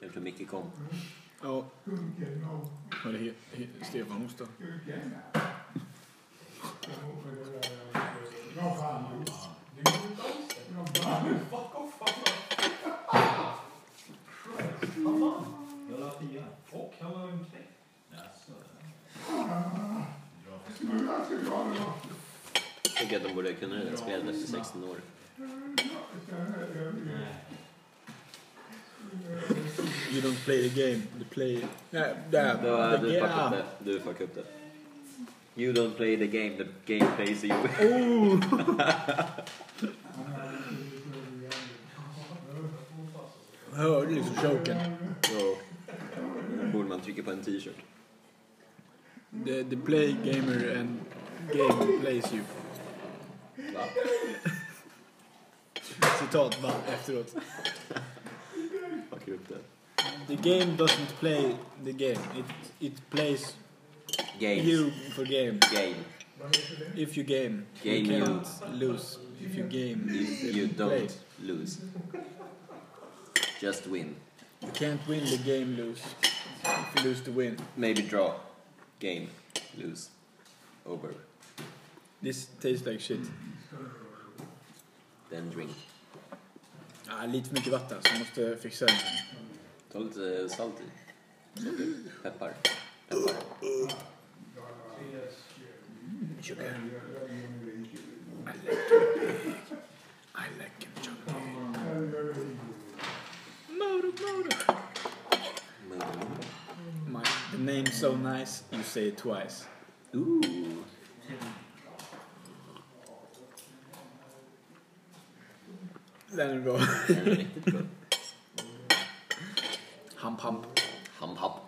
Jag tror Micke kom.
Ja. Vad är det? He- he- Stefan hosta.
Jag la fyra. Och han var en knäck. Jaså. Dra för smart.
Jag tycker att de borde kunna det där spelet efter 16 år.
You don't play the game, you play... Nej, där.
Du, uh, du fuckar
The ah,
upp
game.
det. Du fuckar upp det. You don't play the game, the game plays you.
Jag hörde liksom choken.
Ja.
Oh.
Då borde man trycka på en t-shirt.
The, the play gamer and game plays you.
Va?
Citat va, efteråt.
Fuckar upp det.
The game doesn't play the game. It, it plays
Games.
you for game.
Game.
If you game,
Game
you can't lose. If you game,
If you
play.
don't lose. Just win.
You can't win the game, lose. If you lose, the win.
Maybe draw. Game. Lose. Over.
This tastes like shit.
Then drink.
Ah, lite för mycket vatten, så jag måste fixa den.
Ta lite salt i. Socker. Peppar. Peppar.
Sugar. I like it. I like it. Moro, moro. My, the name's so nice, you say it twice.
Ooh.
Den är bra.
Den är riktigt bra.
Hamp, hamp.
Ham hap.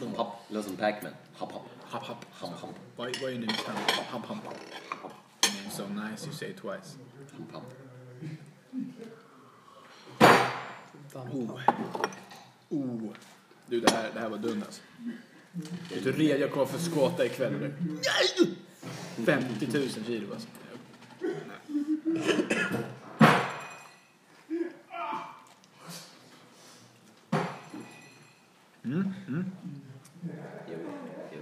Ham hap. Låter som Pac-Man. Hap hap.
Hamp, hamp.
Ham ham.
Why, why your name's hamp? Hamp, hamp. The name's so nice, you say it twice.
Ham ham.
Oh. Oh. Du, det här, det här var dumt alltså. Vet du hur red jag kommer för skåta ikväll eller? 50 000 kilo alltså.
Jo. Jo.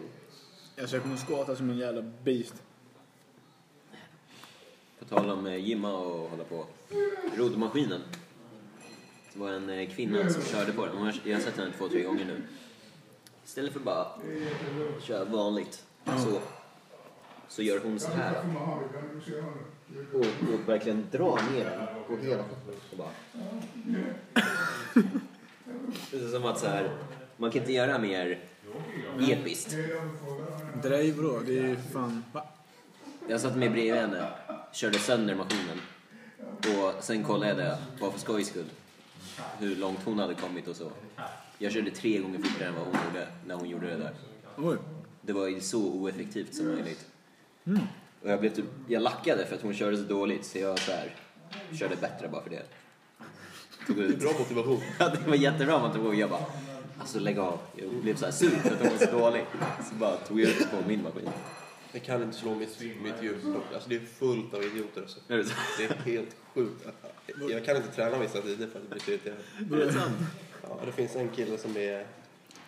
Alltså jag kommer skåta som en jävla beast.
På tal om eh, gymma och hålla på. Roddmaskinen. Det var en eh, kvinna som körde på den. Hon har- Jag har sett henne två, tre gånger nu. Istället för att bara köra vanligt så, så gör hon så här. Och, och verkligen drar ner den på hela kroppen. och bara. Det är som att så här, man kan inte göra mer episkt.
Det där är ju bra. Det är ju fan... Va?
Jag satte mig bredvid henne, körde sönder maskinen. Och sen kollade jag, bara för skojs skull, hur långt hon hade kommit och så. Jag körde tre gånger fortare än vad hon gjorde när hon gjorde det där.
Oj.
Det var ju så oeffektivt som möjligt. Och jag blev typ, jag lackade för att hon körde så dåligt så jag så här, körde bättre bara för det. Tog ut.
Bra motivation.
Ja, det var jättebra man tog ihåg. Jag bara, alltså lägg av. Jag blev så här sur för att hon var så dålig. Så bara tog jag ut på min maskin.
Jag kan inte slå mitt, mitt hjul. Alltså det är fullt av idioter alltså.
Är det så?
Det är helt sjukt. Jag kan inte träna vissa tider för att det blir slut i huvudet.
Är det sant?
Ja, det finns en kille som är...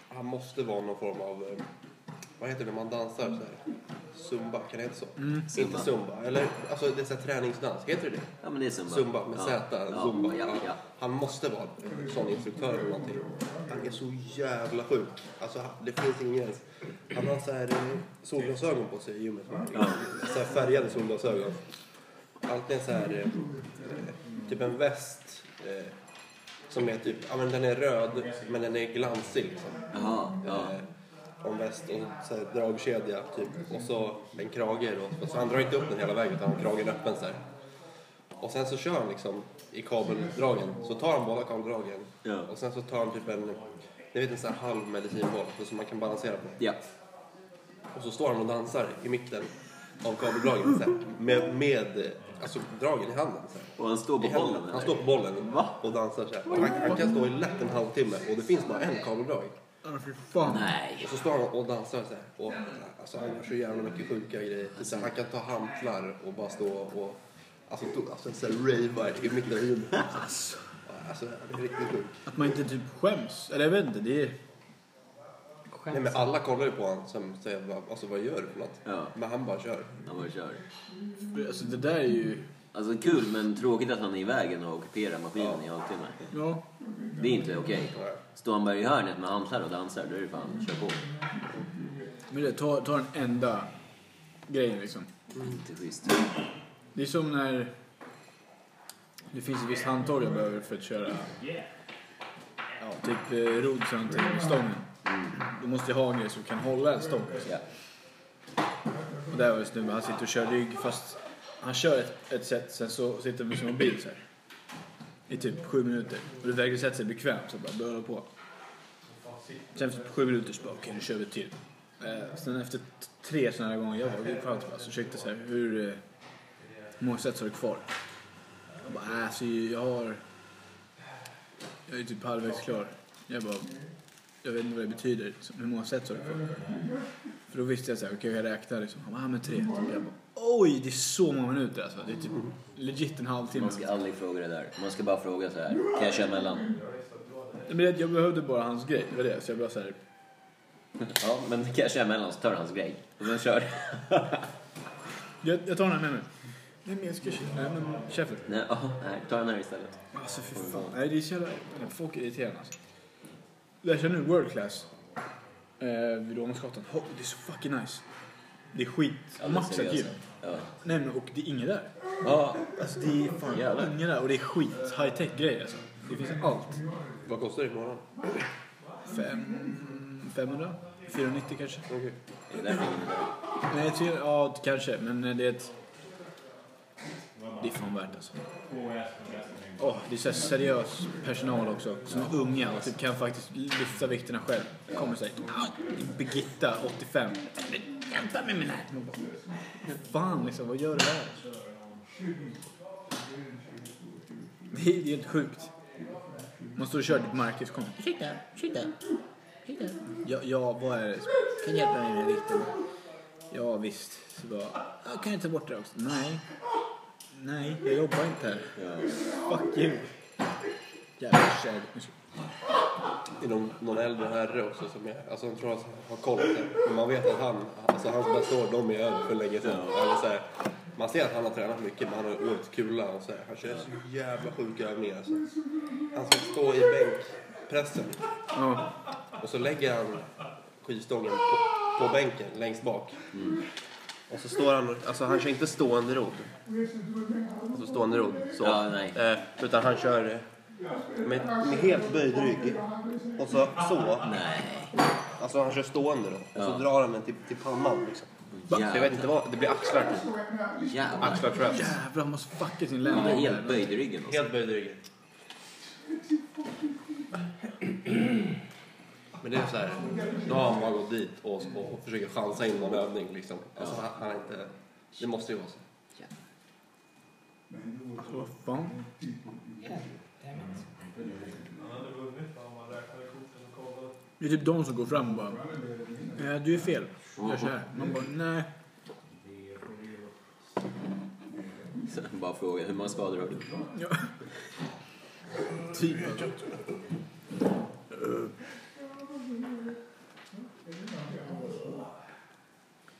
Han måste vara någon form av... eh, Vad heter det när man dansar så här? Zumba, kan det heta så?
Mm, Zumba.
Inte zumba. Eller, alltså det är så här träningsdans. Heter det det?
Ja, men det är Zumba.
Zumba med
ja.
Z.
Ja,
Zumba.
Ja, ja.
Han måste vara en sån instruktör eller någonting. Han är så jävla sjuk. Alltså han- det finns ingen gräns. Han har så här eh, solglasögon på sig i gymmet. Så här färgade solglasögon. Antingen så här eh, eh, typ en väst eh, som är typ, ja men den är röd men den är glansig liksom.
Jaha, ja.
Eh, Om väst och så här, dragkedja typ. Och så en krage då. Så han drar inte upp den hela vägen utan han har kragen öppen så här. Och sen så kör han liksom i kabeldragen. Så tar han båda kabeldragen.
Ja.
Och sen så tar han typ en, ni vet en sån här halv medicinboll så som man kan balansera på.
Ja.
Och så står han och dansar i mitten av kabeldragen så här, med, med eh, alltså, dragen i handen. Så här.
Och han står på
I handen.
bollen eller?
Han står på bollen
Va?
och dansar så här. Och Han, han kan stå i lätt en halvtimme och det finns bara en kabeldrag.
Ja, fy fan.
Nej.
Och så står han och dansar så här. Och, alltså, han gör så jävla mycket sjuka grejer. Så här, han kan ta hantlar och bara stå och alltså, to, alltså, så här, rava i mitten av gymmet. Alltså, alltså, han är riktigt sjuk.
Att man inte typ skäms. Eller jag vet inte, det är...
Nej,
Skäms.
men alla kollar ju på honom som säger "Va- alltså, vad gör du för något?
Ja.
Men han bara kör.
Han bara kör.
Alltså det där är ju...
Alltså kul, men tråkigt att han är i vägen och ockuperar maskinen i en halvtimme.
Ja.
Det är inte okej. Står han bara i hörnet med hantlar och dansar, då är det fan kör på.
Men det, ta, ta den enda grejen liksom.
Inte schysst.
Det är som när... Det finns ett visst handtag jag behöver för att köra... Ja, typ eh, rods eller någonting med stången. Då måste jag ha en grej som kan hålla en stång. liksom.
Ja.
Och där var det snubbe, han sitter och kör rygg fast han kör ett, ett sätt, sen så sitter han med sin mobil så här. I typ sju minuter. Och det verkar sätta sig bekvämt så bara börja hålla på. Sen efter sju minuter så bara okej nu kör vi till. Eh, sen efter t- tre sådana här gånger, jag bara gud skönt bara. Så försökte jag så här, hur eh, många sätt har du kvar? Jag bara äh, så jag har... Jag är typ halvvägs klar. Jag bara, jag vet inte vad det betyder. Liksom. Hur många sätt har du kvar? För då visste jag så här, okej jag räknar liksom. Han bara, ah, men tre. Typ. Jag bara, oj det är så många minuter alltså. Det är typ legit en halvtimme.
Man ska aldrig fråga det där. Man ska bara fråga så här. Kan jag köra mellan?
Nej, Men jag- jag behövde bara hans grej, det var det. Så jag bara såhär,
Ja, men kan jag köra mellan så tar du hans grej. Och sen kör
jag, jag tar den här med mig. Nej men jag ska köra, nej men Sheffield.
Nej, ja, nej, ta den här istället.
Alltså för fan. Nej det är så jävla, nej, folk är irriterande alltså. Jag kör nu world class. Eh, vid Åmålsgatan. Oh, det är så fucking nice. Det är skit,
Ja, det är
maxat gym.
seriöst. Ja.
Nej men och det är inget där.
Ja,
Alltså det är fan
Jävlar.
inget där och det är skit high tech grejer alltså. Det finns allt.
Vad kostar det i månaden?
Fem, 500? 490 kanske?
Okej.
det är därför ingen är där.
Nej, tre, ja kanske. Men eh, det är ett... Det är fan värt alltså. Åh, det är så här seriös personal också. Som är unga och typ kan faktiskt lyfta vikterna själv. Kommer säger "Ah, Birgitta, 85. Vänta med mina... Man bara, Fan liksom, vad gör du där? Det är det är helt sjukt. Man står och kör typ Marcus kom.
Ursäkta, ursäkta, ursäkta.
Ja, ja, vad är det? Kan du hjälpa mig med vikten? Ja, visst. Så bara, ja, kan jag ta bort det också? Nej. Nej, jag jobbar inte här. Fuck you. Jävla kärlek.
Det är någon, någon äldre herre också som är, alltså han tror att han har koll på det. Men man vet att han, alltså hans bästa år, de är över för länge sedan. Eller så här, man ser att han har tränat mycket, men han har åkt kula och så här. Han kör så jävla sjuka övningar alltså. Han ska stå i bänkpressen
Ja,
och så lägger han skivstången på, på bänken längst bak. Och så står han, alltså han kör inte stående rodd. Alltså stående rodd. Så,
Ja, nej.
Eh, utan han kör eh, med, med helt böjd rygg. Och så, så.
Nej.
Alltså han kör stående då. Och så
Ja. Mm.
drar han den till, till pannan liksom. Så jag vet inte vad, det blir axlar typ.
Jävlar.
Axlar traps.
jävlar han måste fucka sin
Han är
länder.
helt böjd i ryggen. Också.
Helt böjd ryggen. Men det är så här, då har man gått dit och, och försöker chansa in någon övning liksom. Alltså han, han är inte, det måste ju vara så.
Alltså, vad fan?
Han hade vunnit om han räknade korten och kollade.
Det är typ de som går fram och bara, eh, du är fel. Jag kör. Man bara, nej.
Så jag bara fråga, hur många skador har du?
Typ alltså.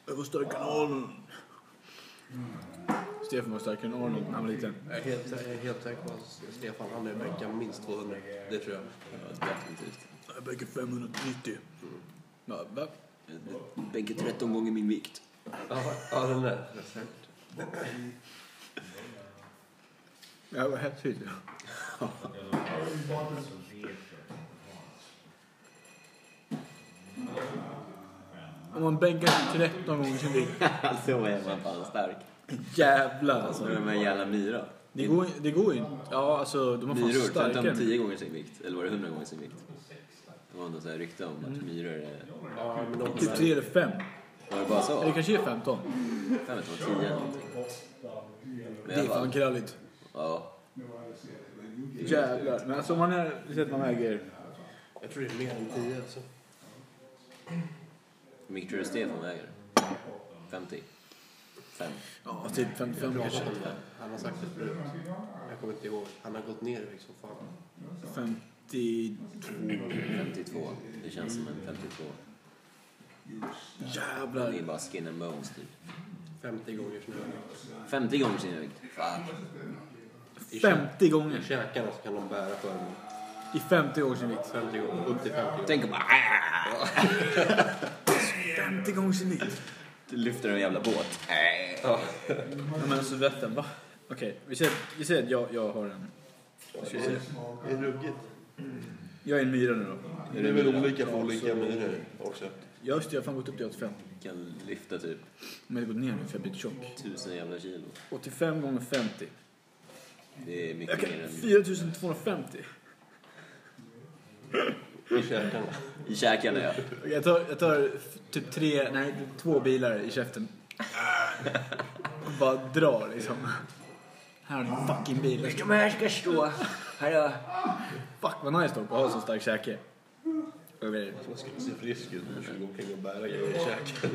Jag var starkare än Arnold. Stefan var starkare än Arnold när han var liten.
Jag är helt, jag är helt säker på att Stefan han är bänkan minst 200. Det tror jag.
Definitivt.
Jag väger 590. Ja, va?
Bägge 13 gånger min vikt.
Ja, den där.
Ja, vad häftigt. Om man bänkar 13 gånger sin vikt.
alltså jag är man fan stark.
Jävlar
Alltså
alltså.
de här jävla myra.
Det går, ju- det går ju inte. Ja, alltså de har fan
Myror, tar
starkare.
de 10 gånger sin vikt? Eller var det 100 gånger sin vikt? Det var något så här rykte om att myror är...
Ja, men de
Typ 3 eller 5.
Var det bara så?
Eller kanske är 15.
Jag vet inte, det var 10 eller någonting.
Det
Men i
är
alla
fan
fall,
kralligt.
ja.
Jävlar. Men alltså om man är, vi säger att man väger
Jag tror det är mer än 10 alltså.
Hur mycket tror du Stefan väger? 50? 5?
ja, typ 55 kanske.
Han, han har sagt det förut. Jag kommer inte ihåg. Han har gått ner i vikt som fan.
50...
52? Det känns som en 52.
Jävlar.
Det är bara skin and bones typ.
50 gånger snö.
50 gånger sin vikt? Fan.
50
I
gånger.
käkarna så kan de bära föremål.
I 50 års sin vikt.
50 gånger. Upp till 50 gånger.
Tänk bara... "Ah!"
50 gånger sin vikt.
Du lyfter en jävla båt.
Ja, men alltså Vättern, va? Okej, vi säger, vi säger att jag, jag har en... vad Ska vi säga?
Det är ruggigt.
Jag är en myra nu då.
Det är väl olika för olika myror också.
Jag, just, det, jag har fan gått upp till 85.
Kan lyfta typ
Men jag har gått ner nu för jag har blivit tjock.
tusen jävla kilo.
85 gånger 50.
Det är mycket mer
Okej,
än...
4250.
I käkarna.
I käkarna ja.
Okej, Jag tar, jag tar f- typ tre, nej två bilar i käften. Och bara drar liksom. Här har du en fucking bil.
De här ska stå. Här är
Fuck vad nice dock att ha så stark käke. Okej.
Man skulle se frisk ut och skulle gå omkring och bära grejer i käken.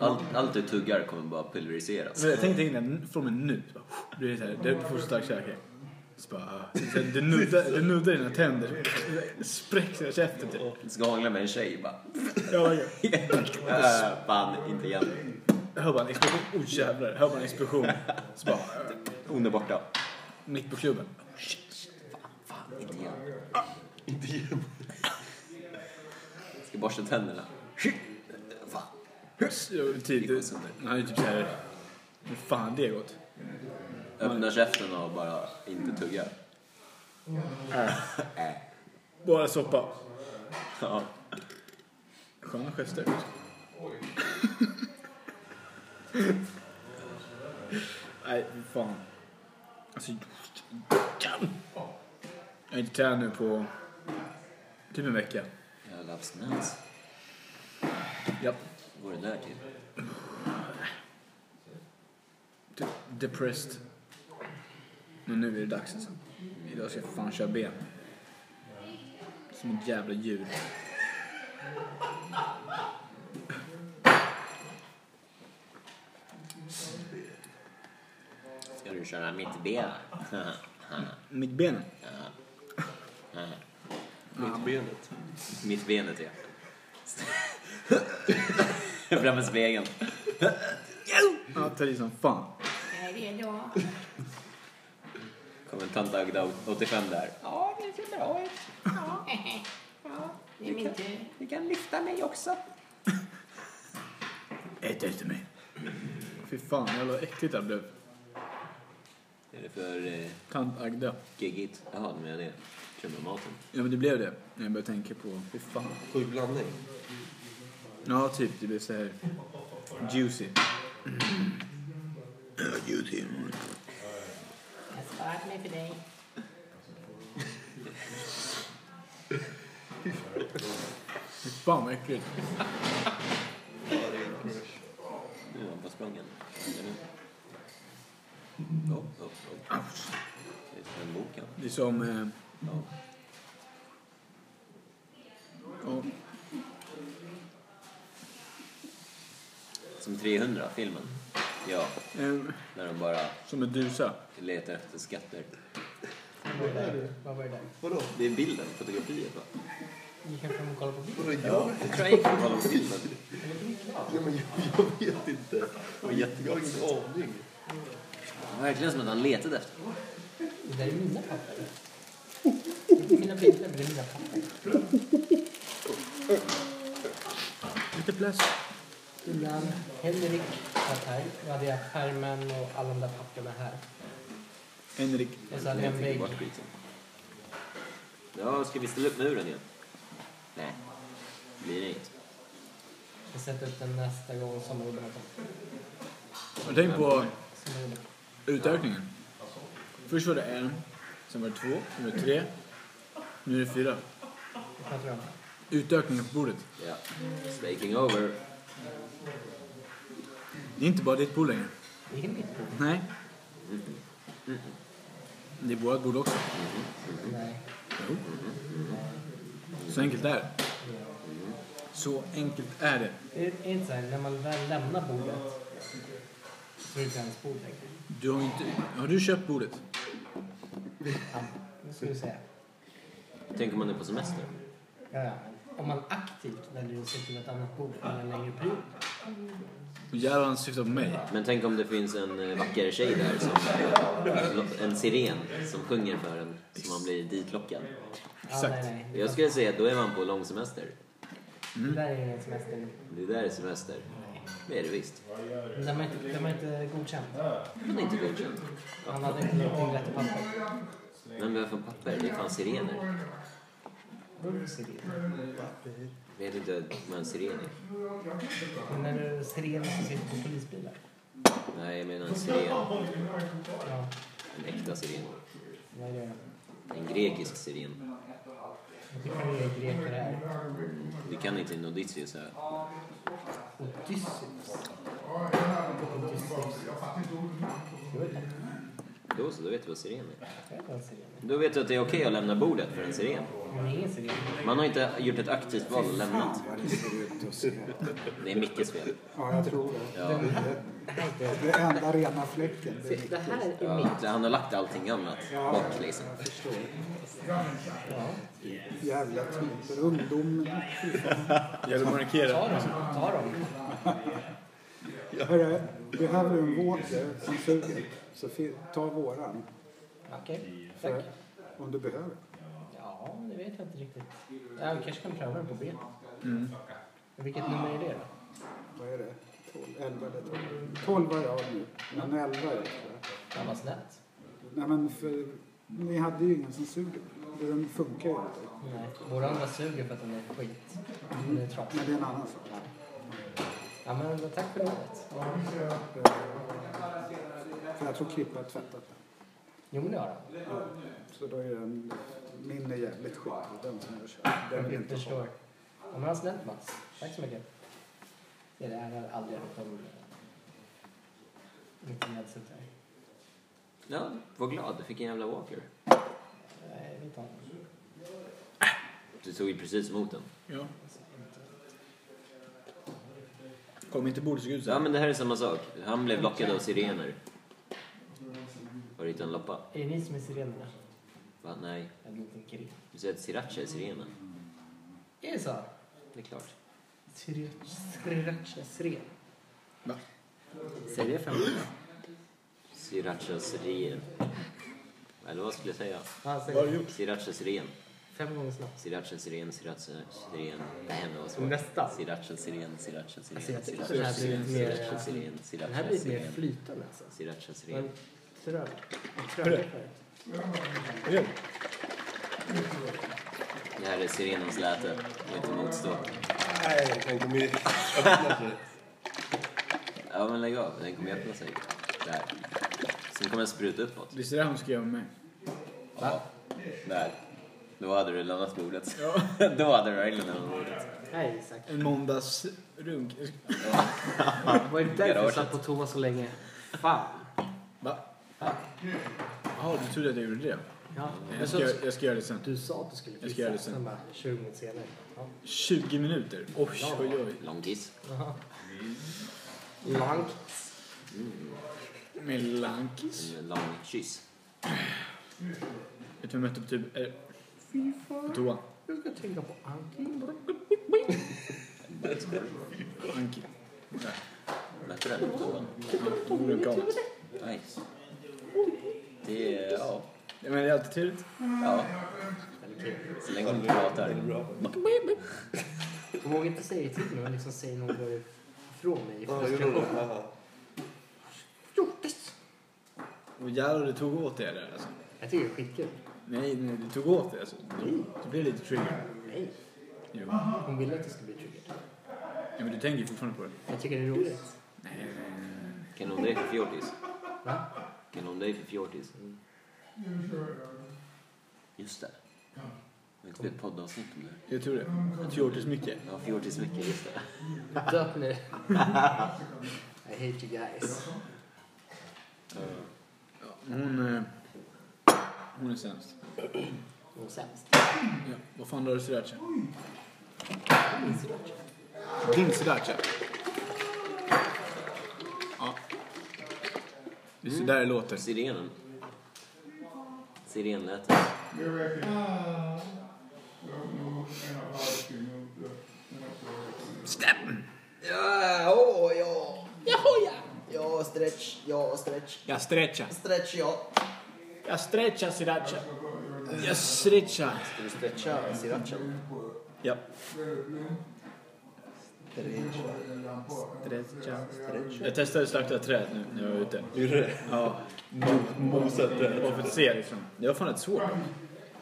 Allt, allt du tuggar kommer bara pulveriseras.
Men jag tänkte egentligen från och med nu. så bara, Du är såhär, du får så stark käke. Så bara, ah. Så du nuddar, du nuddar dina tänder. Spräcks hela käften typ.
Skangla med en tjej bara.
Jag bara,
Äh, fan, inte igen.
hör bara en explosion. Oh jävlar. Hör bara en explosion. Så bara, eh,
Hon är borta.
mitt på klubben.
Fan, inte igen. Inte igen. Ska borsta tänderna. Fan.
Ja, Typ,
Det går
du,
sönder.
han är typ såhär, hur fan det är gott.
Öppnar käften och bara inte tuggar.
Bara soppa.
Ja.
Sköna gester. Nej, fy fan. Alltså, jag har inte tränat nu på typ en vecka.
Jävla abstinens.
Japp.
Vad går det där till?
Typ depressed. Men nu är det dags alltså. Idag ska jag fan köra ben. Som ett jävla djur.
Ska du köra mitt ben?
Mitt ben.
Mittbenet.
mitt benet ja. Framför spegeln.
Ja, tar i som fan.
Här är jag.
Kommer en tant Agda 85 där.
Ja, det ser bra ut. Ja. ja. Det är min tur.
Du kan lyfta mig också.
Ät efter mig. Fy fan, jävla äckligt det här blev.
Är det för eh,
Tant Agda.
geggigt? Jaha, du menar det? Kör med maten.
Ja men det blev det. När jag började tänka på, fy fan.
Sjuk blandning.
Ja typ, det blev så här juicy. juicy.
Jag sparat mig för dig.
Fy fan vad äckligt.
Nu är han på sprången. Vänta nu. Oh, oh, oh. Det är som en bok, ja.
Det är som, eh,
Ja.
ja,
Som 300, filmen. Ja,
Ehm,
när de bara
som en dusa.
letar efter skatter.
Vad var det du? Vad var det där?
Vadå?
Det är bilden, fotografiet va?
Gick han fram och kollade på bilen?
Vadå jag?
Jag tror jag gick och kollade på bilden.
Nej, men jag, jag vet inte. Jag har jättegott. Jag har ingen aning.
Verkligen som att han letade efter.
Det där är mina papper. Inte mina bilder, men det är mina papper.
Lite plast.
Innan Henrik satt här, då hade jag skärmen och alla de där papperna här.
Henrik.
Och så hade jag Alltså, en
Jag
vägg.
bort skiten. Ja, ska vi ställa upp muren igen? Nej, det blir inget.
Jag sätter upp den nästa gång sommarjorden
Och tänk på
Sommarjorden.
utökningen. Först var det en, sen var det två, sen var det tre. Nu är det fyra.
Det pratar vi om.
Utökningen på bordet.
Ja, speaking over.
Det är inte bara ditt bord längre.
Det är mitt bord.
Nej. Det är vårt bord också.
Nej.
Jo. Så enkelt är det. Så enkelt är det.
Det är inte så här, när man väl lämnar bordet så är det inte ens bord längre.
Du har, inte, har du köpt bordet?
Ja, det skulle jag säga.
Tänker man nu på semester?
Ja, ja. men Om man aktivt väljer att sitta vid ett annat bord under en längre period.
Och jävlar han syftar på mig.
Men tänk om det finns en eh, vacker tjej där som... En siren som sjunger för en så man blir ditlockad.
Ja,
Exakt.
nej, nej. Det,
Jag skulle säga att då är man på lång semester.
det där är en semester.
Det där är semester. Det är det visst.
Den var inte, den var inte godkänd.
Men inte godkänt.
Han hade inte någonting rätt i papper.
Men vad för papper? Det är fan sirener.
Då ser det.
Vet inte vad en siren är.
Men när du sirener som sitter på polisbilar.
Nej, jag menar en siren.
Ja,
En äkta siren.
vad gör jag?
En grekisk siren.
Jag tycker det är greker här.
Du kan inte en Odysseus här.
Odysseus. Odysseus. Jag vet inte.
Då så, då vet du vad siren är.
Jag vet inte vad en siren är.
Då vet du att det är okej att lämna bordet för en siren.
Men det är ingen siren.
Man har inte gjort ett aktivt val och lämnat.
vad det ser ut att se.
Det är Mickes fel.
Ja, jag tror det.
Ja.
Det är enda rena fläcken. Det är
Se, Det här är
Ja, han har lagt allting annat bak liksom.
jävla typer. Ungdom.
Jag vill markera.
Ta dem. Ta dem.
Hörru, behöver du en våt som suger så fi- ta våran.
Okej, tack.
För, om du behöver.
Ja, det vet jag inte riktigt. Ja, vi kanske kan pröva den på B. Vilket nummer är det då?
Vad är det? 12, 11 eller 12? 12 har jag nu. Men 11 är det tror jag.
Ja, vad snällt.
Nej men för, ni hade ju ingen som suger. Den funkar ju inte.
Nej, vår andra suger för att den är skit. Den är trasig.
Men det är en annan sak.
Ja, men då tack för ordet.
För jag tror Krippa har tvättat den.
Jo, men det har den.
Så då är den, min är jävligt skit. Den som jag kör. Den vill
Jag
inte ha.
förstår. Ja, men vad snällt Mats. Tack så mycket. Det där har aldrig hört om eh, mitt nedsuttar.
Ja, var glad. Du fick en jävla walker.
Nej, vi tar den.
Du tog ju precis emot den.
Ja. Kom inte bordet såg ut så
Ja,
här.
men det här är samma sak. Han blev lockad av sirener. Har du hittat en loppa?
Är det ni som är sirenerna?
Va? Nej.
Jag blir inte grek.
Du säger att sriracha är sirenen.
Är det så?
Det är klart.
Sriracha, sriracha, siren.
Va?
Säg det fram.
Sriracha siren. Eller vad skulle jag säga?
Han
Vad har du
säger
gjort?
Sriracha siren.
fem gånger snabbt.
Sriracha siren, sriracha siren. Nej, men vad svårt.
Nästa.
Sriracha siren, sriracha siren.
Alltså
Sriracha
jag tycker att den här blir lite mer...
siren,
Den
sriracha
här blir lite mer
siren.
flytande alltså.
Sriracha siren.
Men trög. Trög.
Vad gör du?
Det här är sirenens läte. Det är inte motstå.
Nej, den kommer ju öppna sig.
Ja, men lägg av. Den kommer öppna sig. Där. Sen kommer den spruta uppåt.
Visst är det här hon ska göra med mig?
Ja. Där. Då hade du lämnat bordet.
Ja.
Då hade du verkligen lämnat bordet.
Hej Isak.
En måndagsrunk.
Var det därför jag
Garaget.
satt på toa så länge? Fan.
Va? Jaha, du trodde att jag gjorde det?
Ja. Men
Jag ska,
så,
jag ska göra det sen.
du sa att du skulle
Jag ska göra det
kissa.
sen.
Sen bara 20 minuter senare. Ja.
20 minuter? Oj, oj, oj.
Lång kiss.
Mm. Jaha. Långt.
Med lankis.
En lång kyss.
Vet du hur jag mötte på typ... eh, På toa.
Jag ska tänka på Anki.
Anki.
Mötte den på toan?
Lokalt.
Nice. Det är, ja.
Men det är alltid trevligt.
ja. Så länge hon pratar.
Kom ihåg inte säga det till mig, men liksom säg något från mig.
Ja, jag gjorde det. Ja.
Och jävlar du tog åt dig det där, alltså.
Jag tycker det är skitkul.
Nej, nej du tog åt dig alltså. Du, du blev lite trigger.
Nej.
Jo.
Hon ville att det skulle bli trigger.
Ja, men du tänker fortfarande på det.
Jag tycker det är roligt.
Kan hon dig för fjortis?
Va?
Kan hon dig för fjortis? Just det. Jag vet inte ett poddavsnitt om det.
Jag tror det. Jag tror det är så mycket.
Ja, fjortis mycket, just det.
Döp nu. I hate you guys.
Ja, men hon... eh, Hon är sämst.
Hon är sämst.
Ja, vad fan drar du sriracha? Din sriracha? Ja. Det är så där det låter.
Sirenen. Sirenlätet.
Ja, åh ja. Jaha ja. Ja, oh, stretch, ja, stretch.
Jag stretchar.
Stretch ja.
Jag stretchar sriracha. Jag stretchar.
Ska du stretcha srirachan?
Ja.
Stretcha.
Stretcha. Jag testade att slakta träd nu när jag var ute.
Gjorde du det?
Ja.
Mosat det.
Bara för att se liksom. Det var fan rätt svårt.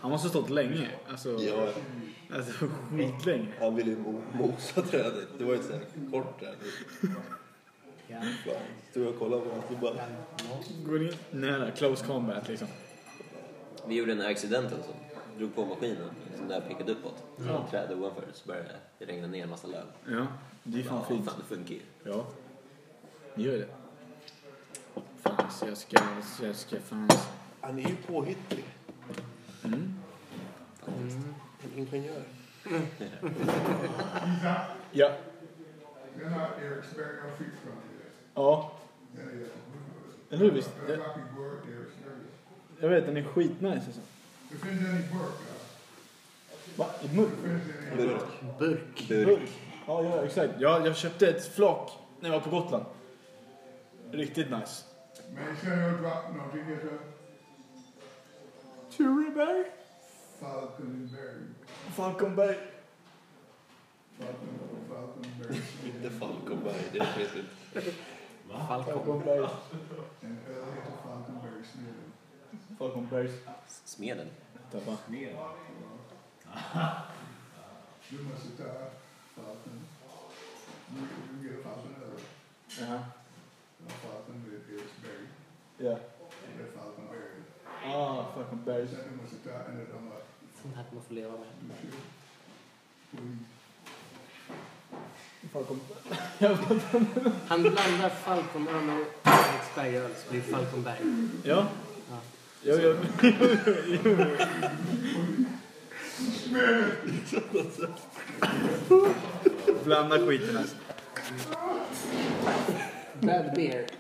Han måste ha stått länge. Alltså,
Ja,
alltså skitlänge.
han ville ju mo- mosa trädet. Det var ju såhär kort träd.
Ja.
Fan, Stod och kollade på honom och bara...
Går in nära. Close combat liksom.
Vi gjorde en accident alltså. Drog på maskinen som där pickade uppåt. Ja. Träd ovanför så började det regna ner en massa löv.
Ja. Det är fan
Ja,
fint.
fan det funkar ju.
Ja. Ni gör det. Fan så jag ska, så jag ska fan.
Han är ju påhittig.
Mm.
En ingenjör.
Ja. Ja. Eller hur visst? Jag, jag vet den är skitnice alltså. Va? I mörk?
Burk.
Burk.
Burk? Ja, ja exakt. Ja, jag köpte ett flak när jag var på Gotland. Riktigt nice. Tureberg? Falkenberg.
Inte Falkenberg. Det är precis.
Falkenberg. Falkenbergs.
Smeden.
Tappa. Jaha. Ja. Ah, Falkenbergs.
Sånt här man får leva med.
Falkenberg.
Han blandar Falconöl och Eriksbergöl så blir det Falconberg.
Ja.
Ja.
Jo, jo. Blanda skiten alltså.
Bad beer.